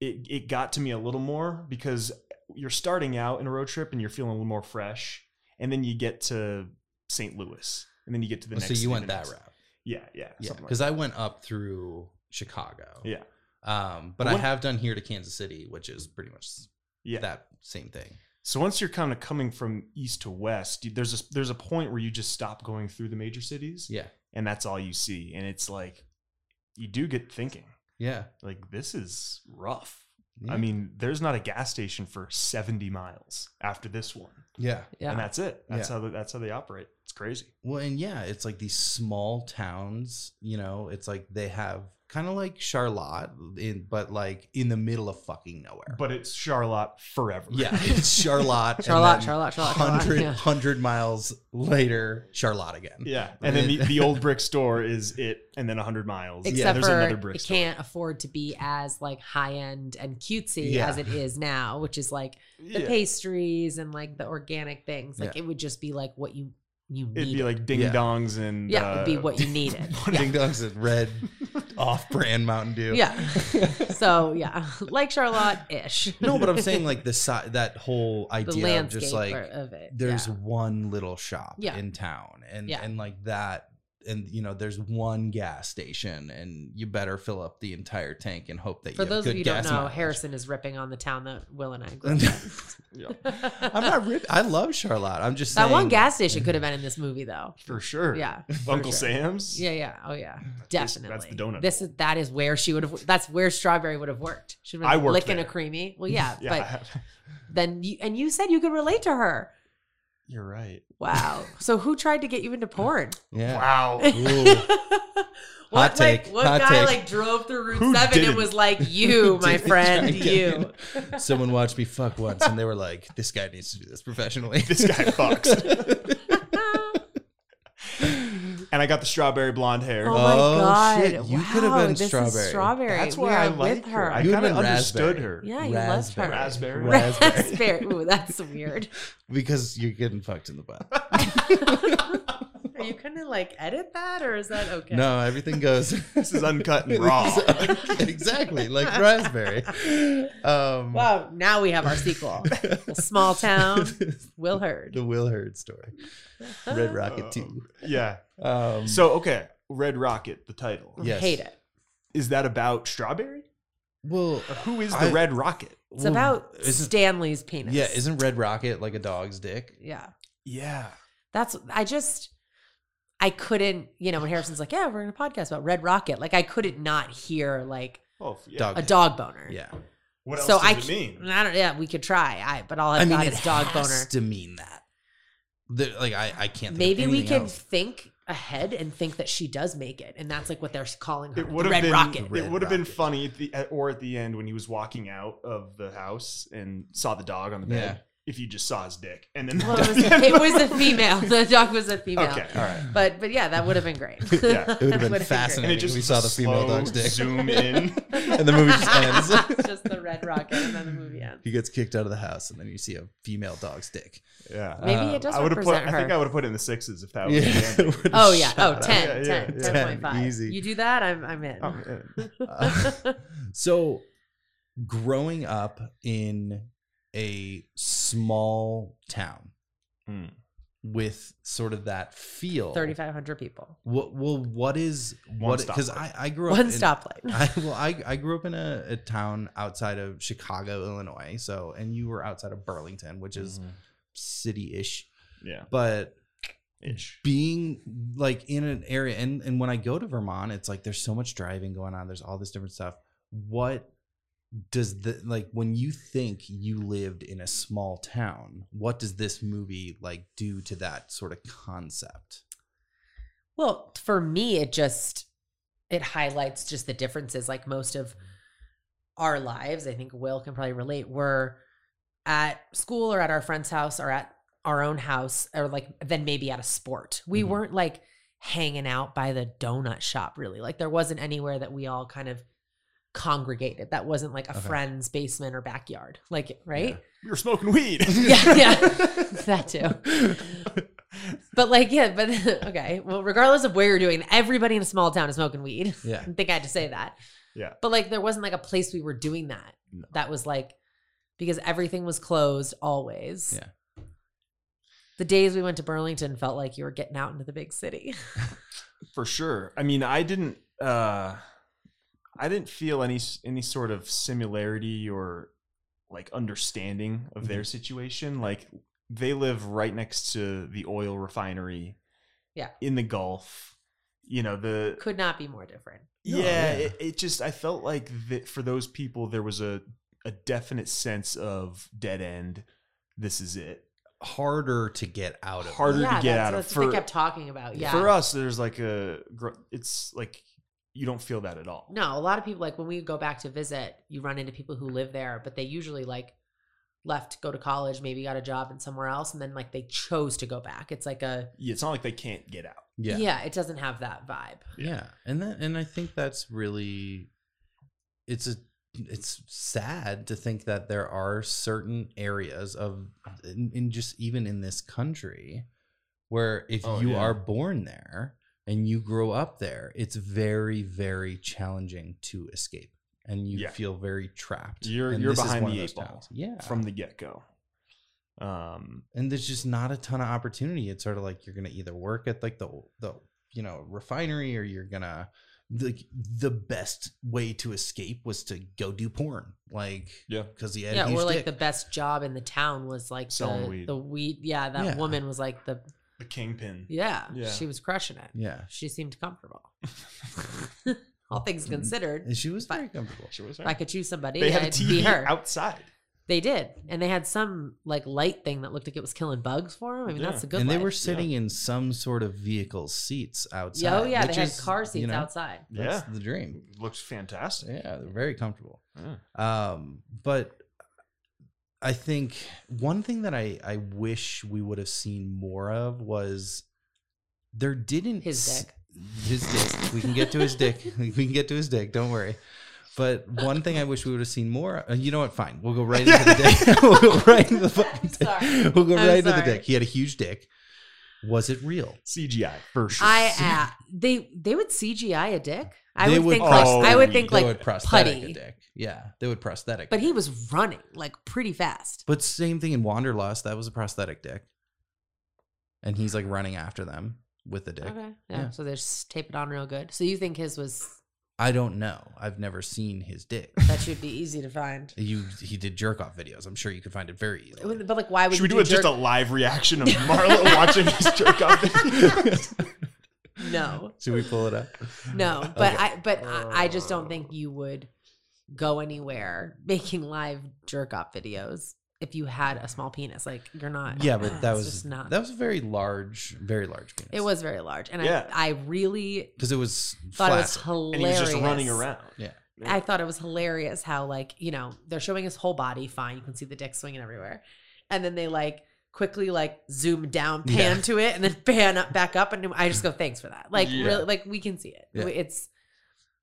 S4: it, it got to me a little more because you're starting out in a road trip and you're feeling a little more fresh and then you get to st louis and then you get to the next
S2: Oh, so you
S4: thing,
S2: went
S4: the
S2: that
S4: next-
S2: route.
S4: yeah yeah
S2: Yeah,
S4: something like
S2: because I went up through Chicago.
S4: Yeah.
S2: Um, but I
S4: One-
S2: have done here to Kansas City, which is pretty much
S4: Yeah.
S2: that same thing.
S4: So once you're kind of coming from east to west, you- there's a there's a point where you just stop going through the major cities,
S2: Yeah.
S4: and that's all you see. And it's like you do get thinking,
S2: Yeah.
S4: like this is rough.
S2: yeah.
S4: I mean, there's not a gas station for 70 miles after this one,
S2: yeah.
S3: Yeah.
S4: and that's it. That's
S2: Yeah.
S4: how they, that's how they operate. It's crazy.
S2: Well, and yeah, it's like these small towns, you know, it's like they have kind of like Charlotte in but like in the middle of fucking nowhere.
S4: But it's Charlotte forever.
S2: yeah, it's Charlotte. and
S3: Charlotte,
S2: then
S3: Charlotte, Charlotte, Charlotte,
S2: 100,
S3: yeah.
S2: 100 miles later, Charlotte again.
S4: Yeah, and then the, the old brick store is it, and then hundred miles.
S3: Except
S4: yeah, there's
S3: for
S4: another brick
S3: it
S4: store.
S3: can't afford to be as like high end and cutesy
S2: Yeah.
S3: as it is now, which is like the
S4: Yeah.
S3: pastries and like the organic things. Like
S2: Yeah.
S3: it would just be like what you you need.
S4: It'd be like ding
S2: Yeah.
S4: dongs and
S3: yeah, it'd be
S4: uh,
S3: what you needed. yeah.
S2: Ding Dong's a red off brand Mountain Dew.
S3: Yeah. So yeah, like Charlotte ish.
S2: No, but I'm saying like the si- that whole
S3: the
S2: idea of
S3: landscape
S2: just like
S3: or- of it.
S2: there's
S3: yeah.
S2: one little shop
S3: Yeah.
S2: in town and
S3: Yeah.
S2: and like that and you know there's one gas station and you better fill up the entire tank and hope that
S3: for
S2: you have
S3: those
S2: good
S3: of you who don't
S2: gas
S3: know,
S2: mileage.
S3: Harrison is ripping on the town that Will and I grew up. in.
S2: I'm not rip- I love Charlotte. I'm just
S3: that
S2: saying
S3: one gas station could have been in this movie though.
S4: for sure.
S3: Yeah.
S4: Uncle
S3: sure.
S4: Sam's.
S3: Yeah, yeah. Oh, yeah.
S4: That's-
S3: Definitely.
S4: that's the donut
S3: This is that is where she would have. That's where strawberry would have worked. She would
S4: I
S3: have been
S4: worked
S3: licking a
S4: there.
S3: creamy. Well, yeah,
S4: yeah. I
S3: but
S4: have-
S3: then you and you said you could relate to her.
S4: You're right.
S3: Wow. so who tried to get you into porn?
S2: Yeah.
S4: Wow.
S2: Ooh.
S3: what
S2: take,
S3: like what
S2: hot
S3: guy
S2: take.
S3: like drove through Route
S4: Who
S3: Seven
S4: didn't?
S3: and was like, "You, my
S2: Didn't
S3: friend,
S2: try again.
S3: you."
S2: Someone watched me fuck once and they were like this guy needs to do this professionally.
S4: This guy fucks.
S3: Oh,
S4: and I got the strawberry blonde hair.
S3: Oh my
S2: Oh,
S3: god!
S2: shit, you could have
S3: Wow,
S2: been
S3: this is
S2: strawberry.
S3: strawberry.
S4: That's
S3: We
S4: why
S3: are
S4: I like
S3: with
S4: her.
S3: her.
S4: I
S2: You've
S4: kind of
S2: been raspberry.
S4: understood her.
S3: yeah, you loved her.
S4: Raspberry.
S2: Raspberry.
S3: Raspberry. Ooh, that's weird.
S2: because you're getting fucked in the butt.
S3: Are you gonna like edit that, or is that okay?
S2: No, everything goes.
S4: This is uncut and raw.
S2: exactly, like raspberry. Um,
S3: Wow, now we have our sequel. Small town,
S2: the
S3: Will Hurd.
S2: Will Hurd story,
S3: Oh.
S2: Red Rocket Two.
S4: yeah.
S2: Um,
S4: Oh. So okay, Red Rocket, the title.
S2: Yeah. yes.
S3: Hate it.
S4: Is that about strawberry?
S2: well,
S3: Oh,
S4: Or who is the
S2: I-
S4: Red Rocket?
S3: It's
S2: well,
S3: about
S2: isn't-
S3: Stanley's penis.
S2: yeah, isn't Red Rocket like a dog's dick?
S3: yeah.
S4: Yeah.
S3: That's I just I couldn't. You know, when Harrison's like, "Yeah, we're in a podcast about Red Rocket," like I couldn't not hear like
S4: Oh, yeah.
S2: Dog.
S3: a dog boner.
S2: Yeah,
S4: What else
S3: so
S4: does
S3: I
S4: it mean?
S3: c- I don't. Yeah, we could try. I but all I've got is dog
S2: has
S3: boner.
S2: to mean that. The- like I, I can't. Think
S3: Maybe we can
S2: can.
S3: think ahead and think that she does make it, and that's like what they're calling her.
S4: It would
S3: the
S4: have
S3: Red
S4: been.
S3: Rocket.
S2: Red
S4: it would have been
S2: Rocket.
S4: funny at the at- or at the end when he was walking out of the house and saw the dog on the bed.
S2: Yeah.
S4: If you just saw his dick and then
S3: Well, it, was a, it was a female. The dog was a female.
S4: okay, all right.
S3: But but yeah, that would have been great.
S4: Yeah,
S2: It would have been
S3: Would've
S2: fascinating.
S4: And it
S2: if
S4: just
S2: we
S4: was
S2: saw
S4: a
S2: the female
S4: slow
S2: dog's dick,
S4: Zoom in.
S2: and the movie just
S3: great.
S2: ends.
S3: It's just the Red Rocket, and then the movie ends.
S2: he gets kicked out of the house, and then you see a female dog's dick.
S4: yeah,
S3: Maybe
S2: Um,
S3: it does
S4: I would have
S3: represent
S4: put.
S3: her.
S4: I think I would have put it in the sixes if that was. the
S2: Yeah.
S4: ending.
S3: Oh yeah. Oh,
S2: Shut up.
S3: 10,
S4: Yeah,
S3: 10,
S4: yeah,
S3: 10.5.
S2: 10, easy.
S3: You do that, I'm I'm in.
S4: Oh, yeah.
S2: Uh, so growing up in a small town
S4: Hmm.
S2: with sort of that feel
S3: 3,500 people.
S2: what well what is
S4: One
S2: what
S4: stoplight.
S2: because I, I grew up
S3: One
S2: in,
S3: stoplight.
S2: I, well I, I grew up in a, a town outside of chicago illinois so and you were outside of burlington which is city-ish
S4: yeah,
S2: but Mm-hmm.
S4: ish.
S2: being like in an area and and when I go to Vermont, it's like there's so much driving going on. There's all this different stuff. What does the like when you think you lived in a small town, what does this movie like do to that sort of concept?
S3: Well, for me, it just it highlights just the differences. Like most of our lives, I think Will can probably relate. We're at school or at our friend's house or at our own house or like then maybe at a sport. We
S2: Mhm.
S3: weren't like hanging out by the donut shop really. Like there wasn't anywhere that we all kind of congregated. That wasn't like a
S2: Okay.
S3: friend's basement or backyard. Like right?
S4: We were smoking weed.
S3: Yeah, yeah. that too. But like, yeah, but okay. Well, regardless of where you're doing, everybody in a small town is smoking weed.
S2: Yeah.
S3: I think I had to say that.
S4: Yeah.
S3: But like, there wasn't like a place we were doing that.
S4: No.
S3: That was like because everything was closed always.
S2: Yeah.
S3: The days we went to Burlington felt like you were getting out into the big city.
S4: for sure i mean i didn't uh i didn't feel any any sort of similarity or like understanding of their situation. Like they live right next to the oil refinery.
S3: Yeah.
S4: In the Gulf. You know, the
S3: Could not be more different.
S2: No,
S4: yeah,
S2: yeah.
S4: It, it just I felt like that for those people there was a a definite sense of dead end. This is it.
S2: harder to get out of.
S4: Harder
S3: yeah,
S4: to get
S3: that's,
S4: out of
S3: that's what
S4: for-
S3: they kept talking about. Yeah.
S4: For us, there's like a gr- it's like you don't feel that at all.
S3: No, a lot of people like when we go back to visit, you run into people who live there, but they usually like left, go to college, maybe got a job in somewhere else, and then like they chose to go back. It's like a
S4: Yeah, it's not like they can't get out.
S2: Yeah.
S3: yeah, it doesn't have that vibe.
S2: yeah and that and i think that's really it's a it's sad to think that there are certain areas of in, in just even in this country where if
S4: Oh,
S2: you
S4: yeah.
S2: are born there and you grow up there it's very very challenging to escape and you
S4: Yeah.
S2: feel very trapped
S4: You're-
S2: And
S4: you're
S2: this is
S4: behind
S2: one of
S4: the
S2: those
S4: eight ball
S2: towns. yeah
S4: from the get go. Um,
S2: and there's just not a ton of opportunity. It's sort of like you're gonna either work at like the the you know refinery or you're gonna like the best way to escape was to go do porn, like
S4: Yeah.
S2: because he had
S3: Yeah,
S2: a huge
S3: or like
S2: dick.
S3: the best job in the town was like
S4: Selling
S3: the
S4: weed.
S3: the weed. Yeah, that
S2: Yeah.
S3: woman was like the
S4: the kingpin.
S3: yeah,
S4: Yeah.
S3: she was crushing it.
S2: yeah,
S3: She seemed comfortable. All things considered,
S2: and she was
S3: But-
S2: very comfortable.
S4: Sure was
S3: if
S4: her.
S3: I could choose somebody,
S4: Mm. they had a
S3: I'd be
S4: TV
S3: her.
S4: outside.
S3: They did, and they had some like light thing that looked like it was killing bugs for him. I mean,
S4: Yeah.
S3: that's a good.
S2: and they
S3: light.
S2: were sitting in some sort of vehicle seats outside.
S3: Yeah, oh yeah,
S2: which
S3: they had
S2: is,
S3: car seats
S2: you know,
S3: outside.
S2: That's
S4: Yeah.
S2: the dream.
S4: Looks fantastic.
S2: Yeah, they're very comfortable.
S4: Yeah.
S2: Um, but I think one thing that I I wish we would have seen more of was there didn't
S3: His
S2: s-
S3: dick.
S2: his dick. We can get to his dick. We can get to his dick. Don't worry. But one thing I wish we would have seen more. Uh, you know what? Fine, we'll go right into the dick. we'll go right into the fucking dick.
S3: Sorry.
S2: We'll go
S3: I'm
S2: right into the
S3: sorry.
S2: dick. He had a huge dick. Was it real?
S4: CGI for sure.
S3: I uh, they they would CGI a dick. I
S2: They
S3: would,
S2: would
S3: think like
S4: prosthetic-
S3: I would
S4: They
S3: think
S2: they
S3: like
S2: would prosthetic
S3: putty,
S2: a dick. Yeah, they would prosthetic.
S3: but he was running like pretty fast.
S2: But same thing in Wanderlust. That was a prosthetic dick, and he's like running after them with the dick.
S3: Okay, yeah.
S2: Yeah.
S3: So they just tape it on real good. So you think his was
S2: I don't know. I've never seen his dick.
S3: that should be easy to find.
S2: you he did jerk off videos. I'm sure you could find it very easily.
S3: But like, why would
S4: Should we
S3: you
S4: do a, just
S3: jerk-
S4: a live reaction of Marlo watching his jerk off?
S3: no,
S2: Should we pull it up?
S3: no? But
S2: Okay.
S3: I but I, I just don't think you would go anywhere making live jerk off videos if you had a small penis. Like you're not.
S2: Yeah, but that
S3: it's
S2: was
S3: just not.
S2: that was a very large, very large penis.
S3: it was very large, and
S4: Yeah.
S3: I I really
S2: because it was
S3: thought
S2: flaccid.
S3: it was
S4: and he
S3: hilarious.
S4: was just running around.
S3: I thought it was hilarious how like you know they're showing his whole body. Fine, you can see the dick swinging everywhere, and then they like quickly like zoom down, pan
S2: Yeah.
S3: to it, and then pan up back up. And I just go, thanks for that. Like
S4: Yeah.
S3: really, like we can see it.
S2: Yeah.
S3: It's,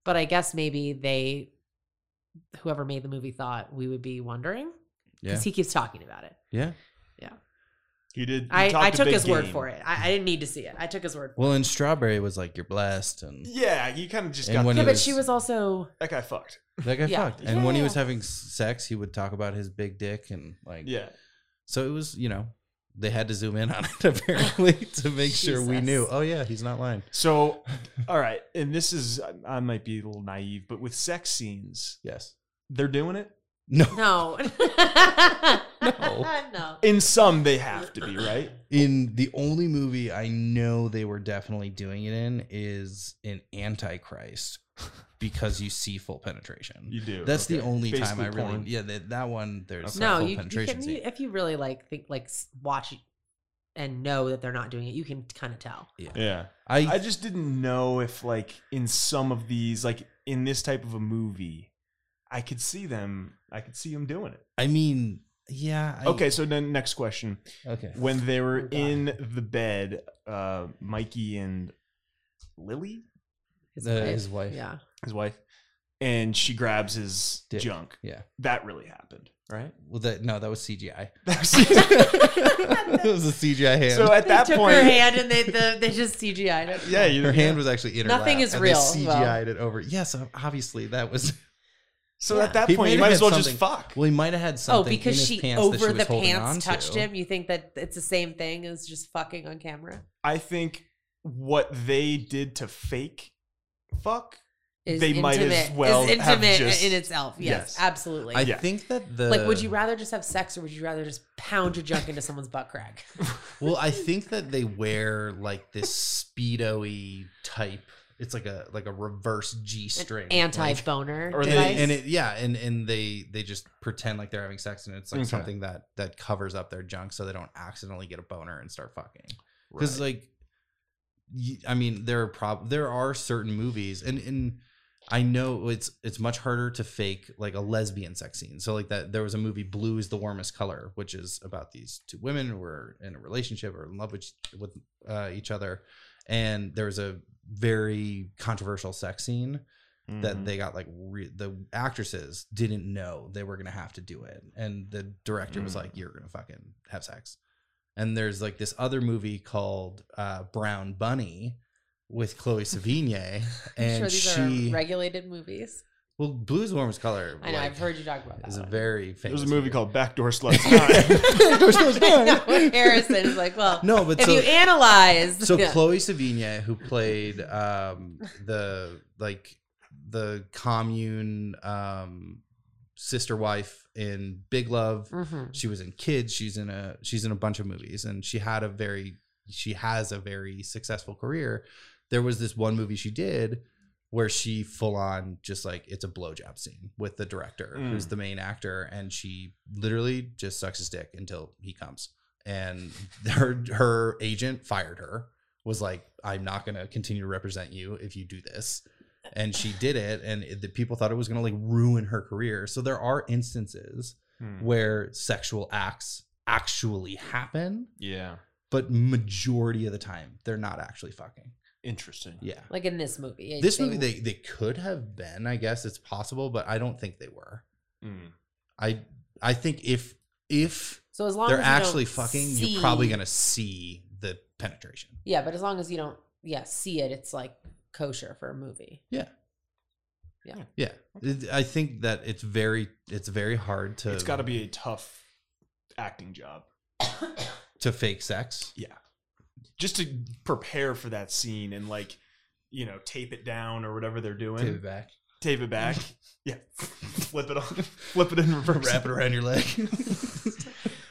S3: but I guess maybe they, whoever made the movie, thought we would be wondering
S2: Yeah,
S3: because he keeps talking about it.
S2: yeah.
S4: He did. he talked
S3: I, I
S4: a
S3: took
S4: big
S3: his word
S4: game.
S3: for it. I, I didn't need to see it. I took his word. for
S2: Well, and Strawberry was like, "You're blessed," and
S4: Yeah, he kind of just
S2: And
S4: got
S2: when
S3: it.
S2: he
S3: Yeah,
S4: the-
S3: but she was also
S4: that guy fucked.
S2: that guy
S3: Yeah.
S2: fucked. And when he
S3: Yeah.
S2: was having s- sex, he would talk about his big dick and like,
S4: Yeah,
S2: So it was, you know, they had to zoom in on it apparently to make sure we
S3: Jesus.
S2: knew. Oh yeah, he's not lying.
S4: So, all right, and this is I- I might be a little naive, but with sex scenes,
S2: Yes.
S4: they're doing it.
S2: No.
S3: no,
S2: No.
S3: no.
S4: In some, they have to be right.
S2: In the only movie I know they were definitely doing it in is in Antichrist because you see full penetration.
S4: You do.
S2: That's the
S4: okay.
S2: only
S4: Basically
S2: time I really
S4: porn.
S2: Yeah, that, that one there's
S4: Okay.
S3: no
S2: full
S3: you, you
S2: penetration
S3: can,
S2: scene.
S3: you- if you really like think like s- watch it and know that they're not doing it you can kind of tell
S4: Yeah,
S2: I,
S4: I just didn't know if like in some of these, like in this type of a movie, I could see them. I could see them doing it.
S2: I mean, yeah, I,
S4: Okay, so then next question:
S2: Okay.
S4: When they
S3: Oh,
S4: were
S3: God.
S4: in the bed, uh, Mikey and Lily,
S2: Uh, his wife.
S3: yeah
S4: his wife, and she grabs his
S2: Dick.
S4: junk.
S2: Yeah.
S4: That really happened, right?
S2: Well that no, that was CGI.
S4: so
S2: it was a CGI hand.
S4: at that
S3: they took
S4: point,
S3: her hand and they the, they just cgi'd it Oh,
S4: yeah, you,
S2: her hand was actually in her
S3: Nothing
S2: lap,
S3: is
S2: and
S3: real,
S2: They
S3: well.
S2: CGI'd it over. Yes, obviously that was.
S4: So
S3: Yeah.
S4: at that
S2: He
S4: point,
S2: may
S4: you
S2: have
S4: might as
S2: had
S4: well just
S2: something-
S4: fuck.
S2: Well, he might have had
S3: oh
S2: something.
S3: because
S2: in his
S3: she
S2: pants that
S3: over
S2: she
S3: the
S2: was holding on
S3: pants touched
S2: to.
S3: him you think that it's the same thing as just fucking on camera
S4: I think what they did to fake fuck
S3: is
S4: They
S3: intimate,
S4: might as well
S3: is
S4: have
S3: intimate
S4: just-
S3: in itself. Yes,
S4: Yes.
S3: absolutely.
S2: I
S4: Yeah.
S2: think that the
S3: like, would you rather just have sex or would you rather just pound your junk into someone's butt crack?
S2: Well, I think that they wear like this speedo-y type. It's like a like a reverse G string,
S3: Anti
S2: like,
S3: boner.
S4: Or
S2: and,
S4: they-
S3: device?
S2: and it yeah, and and they they just pretend like they're having sex, and it's like
S4: Okay.
S2: something that that covers up their junk so they don't accidentally get a boner and start fucking. Because like, y- I mean, there are prob there are certain movies, and and I know it's it's much harder to fake like a lesbian sex scene. So like that there was a movie Blue is the warmest color, which is about these two women who are in a relationship or in love with with uh, each other, and there was a very controversial sex scene
S3: Mm-hmm.
S2: that they got like re- the actresses didn't know they were gonna have to do it, and the director was like,
S4: Mm.
S2: "You're gonna fucking have sex." And there's like this other movie called uh, Brown Bunny with Chloe Sevigny,
S3: I'm
S2: and
S3: sure these
S2: she
S3: are regulated movies.
S2: well, Blue's Warmest Color.
S3: I know.
S2: like,
S3: I've heard you talk about that.
S2: Is a
S3: one.
S2: very famous.
S4: There's a movie called Backdoor Sluts.
S2: Backdoor Sluts
S3: I know,
S2: Nine.
S3: Harrison is like, well,
S2: No, but
S3: if
S2: so
S3: you analyze,
S2: so
S3: Yeah.
S2: Chloe Sevigny, who played um, the like the commune um, sister wife in Big Love.
S3: Mhm.
S2: She was in Kids. She's in a she's in a bunch of movies, and she had a very she has a very successful career. There was this one movie she did where she full on just like it's a blowjob scene with the director
S4: Mm.
S2: who's the main actor, and she literally just sucks his dick until he comes. And her her agent fired her. Was like, I'm not gonna continue to represent you if you do this and she did it and it, the people thought it was going to like ruin her career so there are instances where sexual acts actually happen
S4: Yeah.
S2: but majority of the time they're not actually fucking
S4: Interesting.
S2: yeah
S3: like in this movie,
S2: this movie they they could have been i guess it's possible but i don't think they were
S4: Mm.
S2: i i think if if
S3: so as long
S2: they're
S3: as you don't
S2: actually fucking you're probably
S3: see-
S2: going to see the penetration
S3: Yeah, but as long as you don't, yeah, see it, it's like kosher for a movie.
S2: yeah It- i think that it's very it's very hard to
S4: It's got to be a tough acting job.
S2: to fake sex
S4: just to prepare for that scene and like you know tape it down or whatever they're doing
S2: Give
S4: tape,
S2: it back
S4: it back yeah flip it on flip it in reverse
S2: wrap it around your leg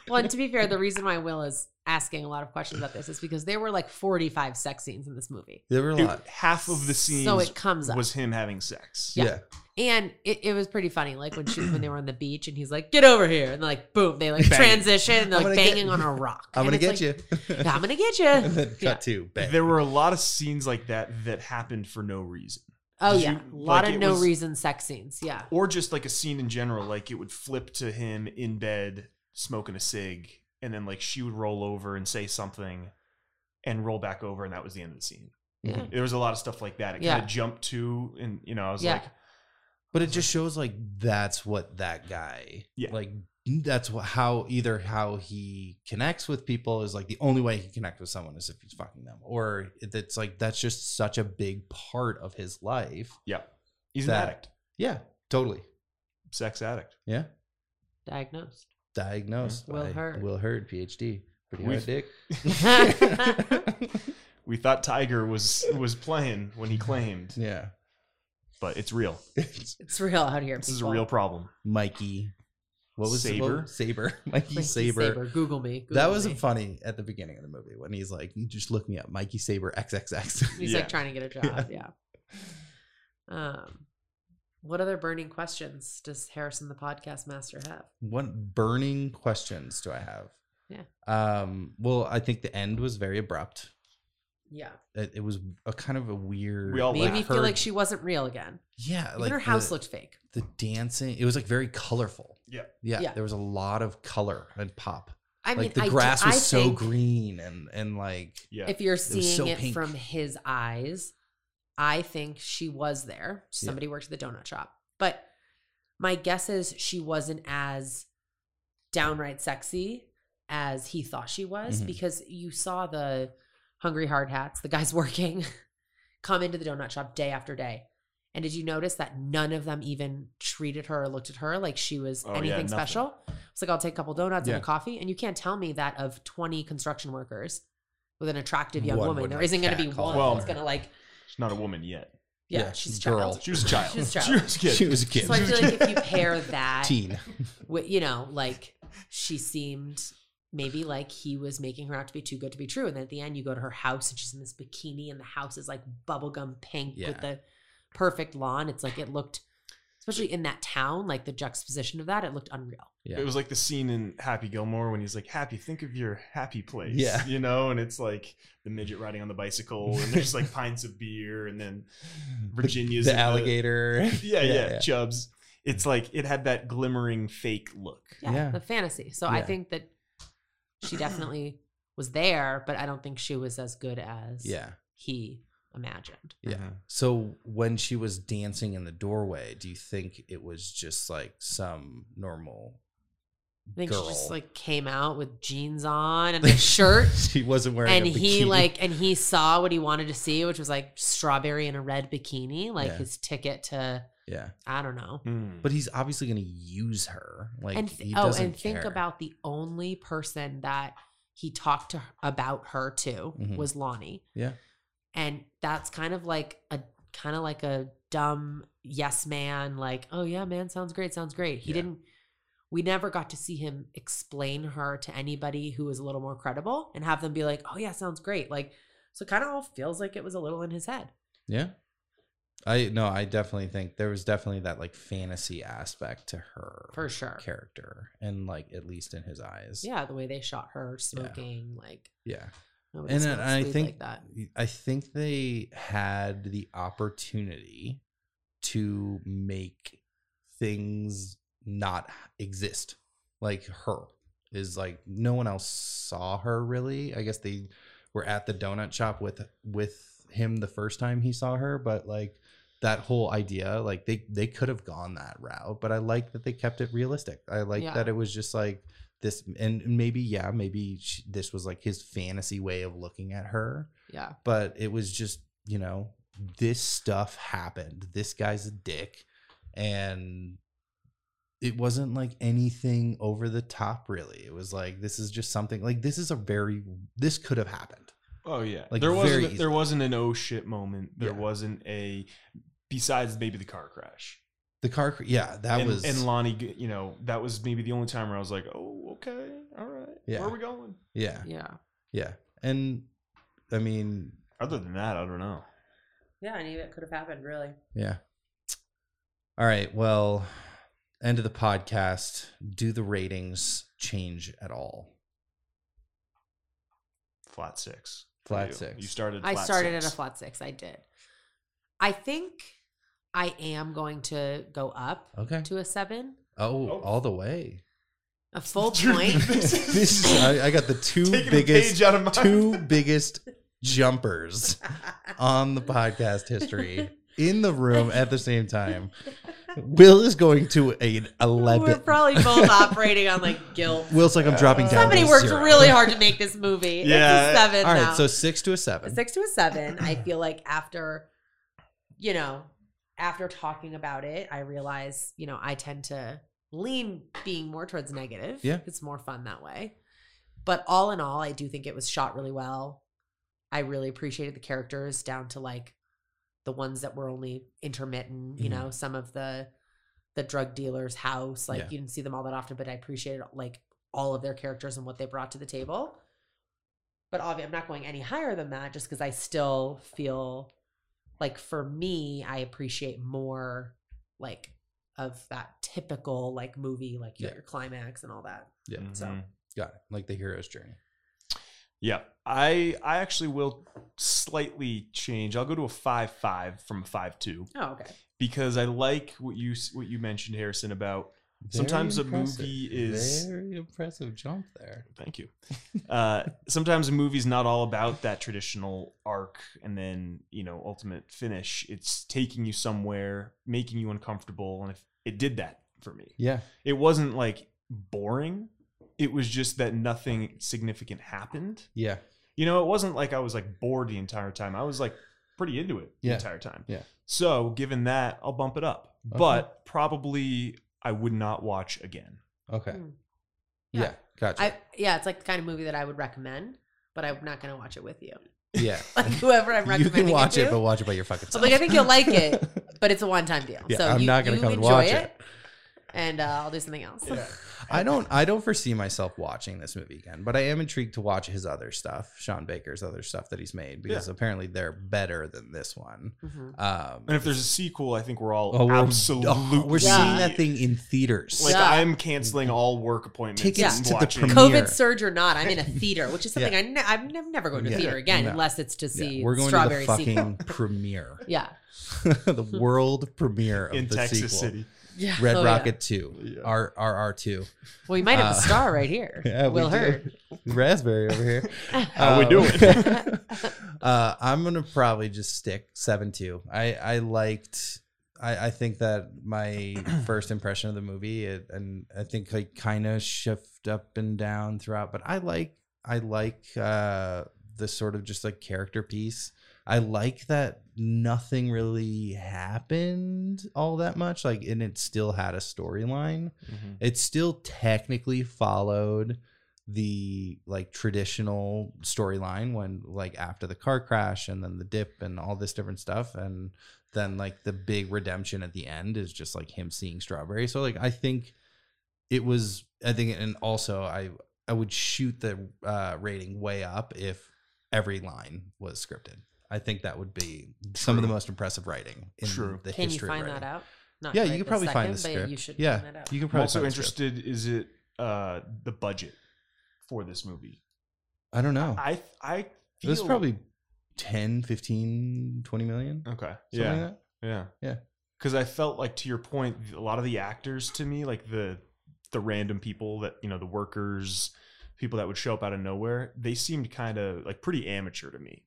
S3: Well, and to be fair, the reason why Will is asking a lot of questions about this is because there were like 45 sex scenes in this movie.
S2: There were a
S4: Dude,
S2: lot.
S4: half of the scenes
S3: So it comes up.
S4: was him having sex
S3: Yeah. And it, it was pretty funny. Like when she when they were on the beach and he's like, get over here. And like, boom, they like
S4: Bang.
S3: transition and they're
S2: I'm
S3: like
S2: gonna get-
S3: banging on a rock.
S2: I'm gonna
S3: And
S2: get
S3: it's
S2: you.
S3: like, I'm gonna get
S2: and
S3: you.
S2: then cut to bang.
S4: there were a lot of scenes like that that happened for no reason
S3: Oh,
S4: Did
S3: yeah.
S4: you-
S3: A lot
S4: like,
S3: of
S4: it
S3: no
S4: was-
S3: reason sex scenes. Yeah.
S4: or just like a scene in general like it would flip to him in bed smoking a cig and then like she would roll over and say something and roll back over and that was the end of the scene
S2: Mm-hmm.
S3: Yeah.
S4: there was a lot of stuff like that it
S3: Hmm. Yeah.
S4: kind of jumped to and you know i was
S3: Yeah.
S4: like
S2: but it just shows like that's what that guy.
S4: Yeah.
S2: Like that's what how either how he connects with people is like the only way he connects with someone is if he's fucking them, or it's like that's just such a big part of his life.
S4: Yeah. He's
S2: That-
S4: an addict.
S2: Yeah, totally.
S4: Sex addict.
S2: Yeah,
S3: Diagnosed.
S2: diagnosed.
S3: Will
S2: by
S3: Hurd.
S2: Will Hurd, PhD. Pretty
S4: We've-
S2: hard dick.
S4: We thought Tiger was was playing when he claimed,
S2: yeah,
S4: but it's real.
S3: It's real out here.
S4: This is a real problem.
S2: Mikey. What was the-
S4: Saber?
S2: what- Saber. Mikey, Saber.
S3: Google me. Google
S2: That was
S3: me.
S2: funny at the beginning of the movie when he's like, "You just look me up, Mikey Saber XXX."
S3: He's
S4: Yeah.
S3: like trying to get a job. Yeah. Um, what other burning questions does Harrison the podcast master have?
S2: what burning questions do I have?
S3: Yeah.
S2: Um. Well, I think the end was very abrupt.
S3: Yeah,
S2: It, it was a kind of a weird.
S4: We all
S3: made
S4: like
S3: me feel
S2: Oh, her-
S3: like she wasn't real again.
S2: Yeah.
S3: Even her house
S2: the,
S3: looked fake.
S2: The dancing. It was like very colorful.
S4: Yeah.
S2: Yeah.
S3: Yeah.
S2: There was a lot of color and pop.
S3: I mean,
S2: like the
S3: I do-
S2: grass was
S3: I
S2: so
S3: think
S2: green and and like
S4: Yeah.
S3: If you're
S2: was
S3: seeing
S2: so
S3: it
S2: pink.
S3: from his eyes, I think she was there.
S2: Yeah.
S3: Somebody worked at the donut shop, but my guess is she wasn't as downright sexy as he thought she was
S4: Mm-hmm.
S2: Mhm.
S3: because you saw the hungry hard hats, the guys working, come into the donut shop day after day. And did you notice that none of them even treated her or looked at her like she was
S4: Oh, yeah,
S3: anything
S4: nothing.
S3: special? It's like I'll take a couple donuts
S2: Yeah.
S3: and a coffee, and you can't tell me that of twenty construction workers with an attractive young
S2: One
S3: woman,
S2: would,
S3: there
S2: like,
S3: isn't going to be
S2: catcall
S3: one
S4: her.
S3: that's going to like
S4: She's not a woman yet.
S3: Yeah,
S2: Yeah,
S3: she's a
S2: girl.
S3: child.
S4: She was a child.
S3: She was a child.
S4: She was a kid.
S2: She was a kid.
S3: So I feel like if you pair that
S2: Teen.
S3: with, you know, like she seemed maybe like he was making her out to be too good to be true. And then at the end, you go to her house and she's in this bikini and the house is like bubblegum pink
S2: Yeah.
S3: with the perfect lawn. It's like it looked, especially in that town, like the juxtaposition of that, it looked unreal.
S2: Yeah.
S4: It was like the scene in Happy Gilmore when he's like, "Happy, think of your happy place."
S2: Yeah.
S4: you know, and it's like the midget riding on the bicycle, and there's like pints of beer, and then Virginia's
S2: the,
S4: in
S2: the alligator.
S4: yeah, yeah,
S2: Yeah, yeah.
S4: Chubbs. It's like it had that glimmering fake look.
S3: Yeah,
S2: Yeah.
S3: the fantasy. So I
S2: Yeah.
S3: think that she definitely was there, but I don't think she was as good as
S2: yeah.
S3: he imagined.
S2: Yeah.
S4: Mhm.
S2: So when she was dancing in the doorway, do you think it was just like some normal
S3: I think
S2: girl?
S3: she just like came out with jeans on and a shirt.
S2: she wasn't wearing.
S3: and
S2: a
S3: he
S2: bikini.
S3: like and he saw what he wanted to see which was like strawberry in a red bikini like
S2: Yeah.
S3: his ticket to
S2: Yeah.
S3: i don't know
S4: Mm.
S2: But he's obviously going to use her. Like
S3: and
S2: he
S3: th- oh
S2: doesn't
S3: and think
S2: care.
S3: about the only person that he talked to her- about her to
S2: Mhm.
S3: was lonnie
S2: Yeah.
S3: and that's kind of like a kind of like a dumb yes man like oh yeah man sounds great sounds great he
S2: Yeah.
S3: didn't we never got to see him explain her to anybody who was a little more credible and have them be like oh yeah sounds great like so it kind of all feels like it was a little in his head
S2: Yeah. I no, I definitely think there was definitely that like fantasy aspect to her
S3: for sure
S2: character, and like at least in his eyes.
S3: yeah the way they shot her smoking like
S2: Yeah.
S3: nobody
S2: And
S3: smokes
S2: then I
S3: weed
S2: think
S3: like that
S2: I think they had the opportunity to make things not exist. Like her is like no one else saw her really. I guess they were at the donut shop with with him the first time he saw her, but like that whole idea, like they they could have gone that route, but I like that they kept it realistic. I like
S3: Yeah.
S2: that it was just like this and maybe yeah maybe she, this was like his fantasy way of looking at her
S3: yeah
S2: but it was just you know this stuff happened this guy's a dick and it wasn't like anything over the top really it was like this is just something like this is a very this could have happened
S4: Oh yeah,
S2: Like,
S4: there
S2: very
S4: wasn't
S2: easily.
S4: there wasn't an oh shit moment. There
S2: Yeah.
S4: wasn't a besides maybe the car crash.
S2: the car cr- yeah that
S4: and,
S2: was
S4: and Lonnie. g- You know, that was maybe the only time where I was like, oh okay, all right,
S2: Yeah.
S4: where are we going?
S2: yeah
S3: yeah
S2: yeah and i mean
S4: Other than that, I don't know.
S3: yeah any of it could have happened really
S2: yeah all right well end of the podcast do the ratings change at all
S4: Flat six. for
S2: Flat
S4: you.
S2: six.
S4: You started.
S3: I
S4: flat
S3: started
S4: six.
S3: at a flat six. I did. I think I am going to go up
S2: okay
S3: to a seven,
S2: Oh,
S4: Oh.
S2: all the way.
S3: a full point.
S4: This is-
S2: this is I, I got the two
S4: Taking a page
S2: biggest
S4: out of my
S2: two biggest jumpers on the podcast history in the room at the same time. Will is going to an
S3: We're
S2: eleven.
S3: probably both operating on like guilt.
S2: Will's like I'm dropping down.
S3: Somebody
S2: to a
S3: worked
S2: zero.
S3: really hard to make this movie.
S4: Yeah.
S3: It's a seven
S2: All
S3: now.
S2: right, so six to a seven.
S3: A six to a seven. I feel like after, you know, after talking about it, I realize, you know, I tend to lean being more towards negative.
S2: Yeah.
S3: It's more fun that way. But all in all, I do think it was shot really well. I really appreciated the characters down to like the ones that were only intermittent, you
S2: Mhm.
S3: know, some of the the drug dealer's house. Like
S2: Yeah.
S3: you didn't see them all that often, but I appreciated like all of their characters and what they brought to the table. But obviously, I'm not going any higher than that just because I still feel like for me, I appreciate more like of that typical like movie, like you
S2: Yeah.
S3: got your climax and all that.
S2: yeah,
S3: So.
S2: got it. Like the hero's journey.
S4: Yeah. I I actually will slightly change. I'll go to a five five from a five two
S3: Oh, okay.
S4: because I like what you s- what you mentioned, Harrison, about Sometimes a movie is-
S2: very impressive jump there.
S4: thank you. Uh, sometimes a movie's not all about that traditional arc and then you know ultimate finish. It's taking you somewhere, making you uncomfortable, and if it did that for me.
S2: Yeah,
S4: It wasn't like boring. It was just that nothing significant happened.
S2: yeah,
S4: You know, it wasn't like I was like bored the entire time. I was like pretty into it the
S2: Yeah.
S4: entire time.
S2: Yeah.
S4: So given that, I'll bump it up.
S2: Okay.
S4: But probably I would not watch again.
S2: okay,
S3: Mm.
S2: yeah,
S3: Yeah.
S2: gotcha.
S3: I yeah, it's like the kind of movie that I would recommend, but I'm not gonna watch it with you.
S2: Yeah.
S3: Like whoever I'm
S2: you
S3: recommending
S2: can watch
S3: it,
S2: it,
S3: to.
S2: but watch it by your fucking
S3: I'm
S2: self.
S3: like, I think you'll like it, but it's a one-time deal.
S2: Yeah,
S3: so
S2: I'm
S3: you,
S2: not gonna
S3: you
S2: come and
S3: enjoy
S2: watch it.
S3: and uh, I'll do something else.
S4: Yeah.
S2: I don't I don't foresee myself watching this movie again, but I am intrigued to watch his other stuff, Sean Baker's other stuff that he's made, because apparently they're better than this one.
S3: Mhm.
S2: Um
S4: And if there's a sequel, I think we're all
S2: oh, we're-
S4: absolutely
S2: oh, we're seeing
S3: Yeah.
S2: that thing in theaters.
S4: Like
S3: Yeah.
S4: I'm canceling all work appointments.
S2: Tickets
S4: and
S2: to the
S4: watching.
S2: premiere.
S3: COVID
S2: Mirror.
S3: surge or not, I'm in a theater, which is something
S2: Yeah.
S3: I ne- I'm nev- never going to a
S2: Yeah.
S3: theater again
S2: No.
S3: unless it's to
S2: Yeah,
S3: see
S2: we're going to
S3: Strawberry
S2: the fucking
S3: Sequel.
S2: premiere.
S3: Yeah,
S2: the world premiere of
S4: in
S2: the
S4: Texas
S2: sequel.
S4: City.
S3: yeah.
S2: Red
S3: Oh, yeah.
S2: Rocket 2.
S4: Yeah.
S2: R R R2.
S3: Well, you might have
S2: Uh,
S3: a star right here.
S2: Yeah,
S3: Will Uh,
S2: we do. Uh,
S3: Hurd.
S2: Raspberry over here.
S4: How we doing?
S2: Um, uh, I'm gonna probably just stick seven two. I I liked. I I think that my first impression of the movie, it, and I think like kind of shift up and down throughout. But I like I like uh, the sort of just like character piece. I like that nothing really happened all that much. Like, and it still had a storyline it still technically followed the like traditional storyline when like after the car crash and then the dip and all this different stuff and then like the big redemption at the end is just like him seeing strawberry so like i think it was i think and also i i would shoot the uh rating way up if every line was scripted i think that would be some of the
S4: True.
S2: most impressive writing in
S4: True.
S2: the
S3: Can you
S2: history of
S3: find
S2: writing.
S3: that out? Not
S2: yeah
S3: right
S2: you could
S3: this
S2: probably find the
S3: second,
S2: script
S3: But you should
S2: yeah
S3: find that out.
S2: you could
S4: I'm
S2: probably
S4: also
S2: find the script.
S4: interested. Is it uh, the budget for this movie?
S2: I don't know.
S4: I I
S2: it
S4: feel
S2: was probably 10, 15, 20 million.
S4: okay.
S2: something
S4: Uh, Yeah,
S2: like that.
S4: yeah,
S2: Yeah.
S4: Because I felt like to your point, a lot of the actors to me, like the the random people that you know, the workers, people that would show up out of nowhere, they seemed kind of like pretty amateur to me.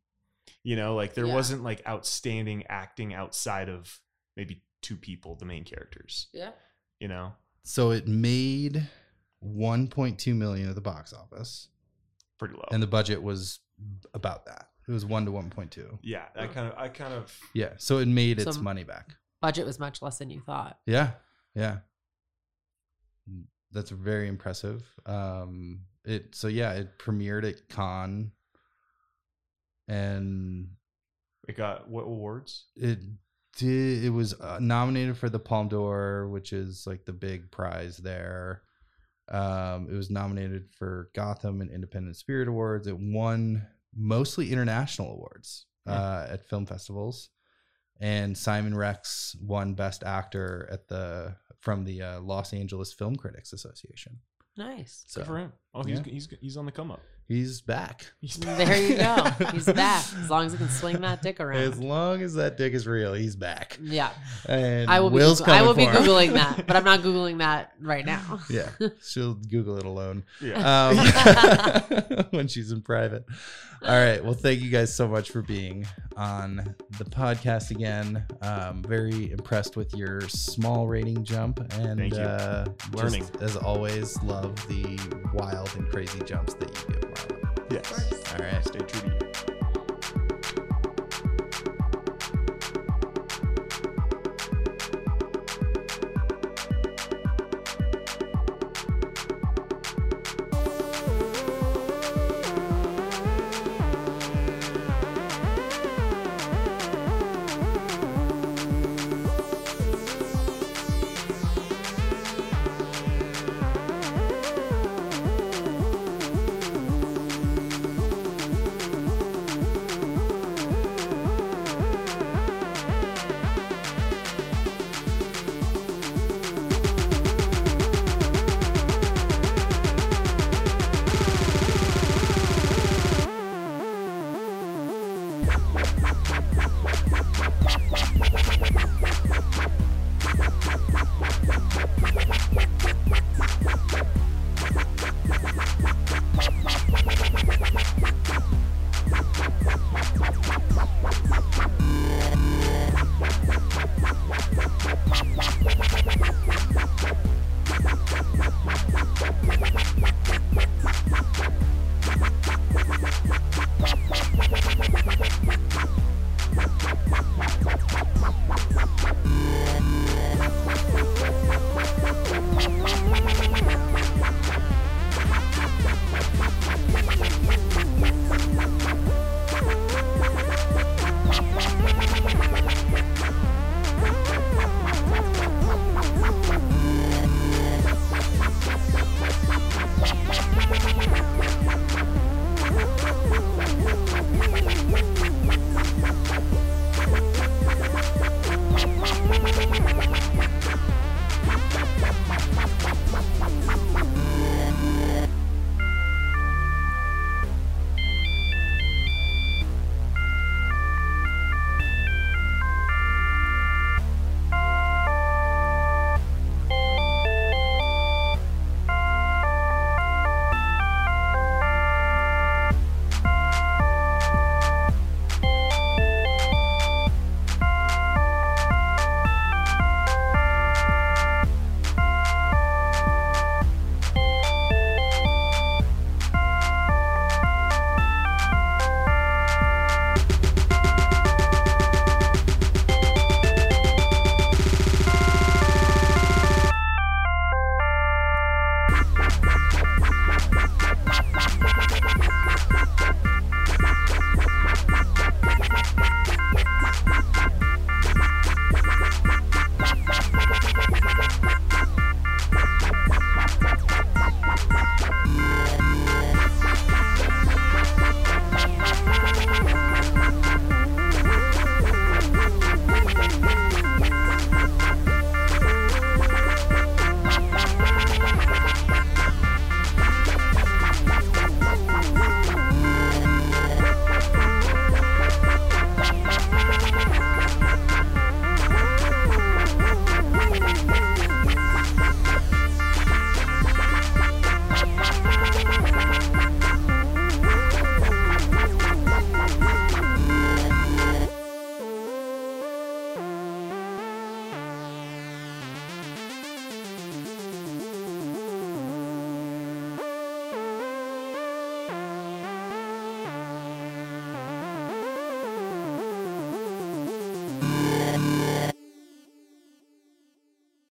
S4: You know, like there
S3: Yeah.
S4: wasn't like outstanding acting outside of maybe two people, the main characters.
S3: Yeah.
S4: You know,
S2: So it made 1.2 million at the box office
S4: pretty low.
S2: and the budget was about that. It was 1 to 1.2.
S4: yeah, I kind of, I kind of.
S2: Yeah, so it made its
S3: Some-
S2: money back.
S3: Budget was much less than you thought.
S2: Yeah. Yeah. That's very impressive. Um it so yeah, it premiered at Cannes and
S4: It got what awards?
S2: it did it was uh, nominated for the Palme d'Or, which is like the big prize there. Um, it was nominated for Gotham and Independent Spirit Awards. It won mostly international awards uh, at film festivals, and Simon Rex won Best Actor at the from the uh, Los Angeles Film Critics Association.
S3: Nice.
S4: Good for
S2: So
S4: him. Oh, he's he's he's on the come up.
S2: he's back.
S4: He's
S3: There you go. He's back. As long as he can swing that dick around.
S2: As long as that dick is real, he's back.
S3: Yeah.
S2: And
S3: I will
S2: Will's
S3: be Goog- I
S2: coming
S3: will be
S2: for him.
S3: googling that, but I'm not googling that right now.
S2: Yeah, she'll Google it alone
S4: yeah.
S2: um, when she's in private. All right. Well, thank you guys so much for being on the podcast again. Um, very impressed with your small rating jump and
S4: Thank you.
S2: Uh,
S4: Learning.
S2: just as always. Love the wild and crazy jumps that you give. Marla.
S4: Yes.
S2: All right.
S4: Stay true to you.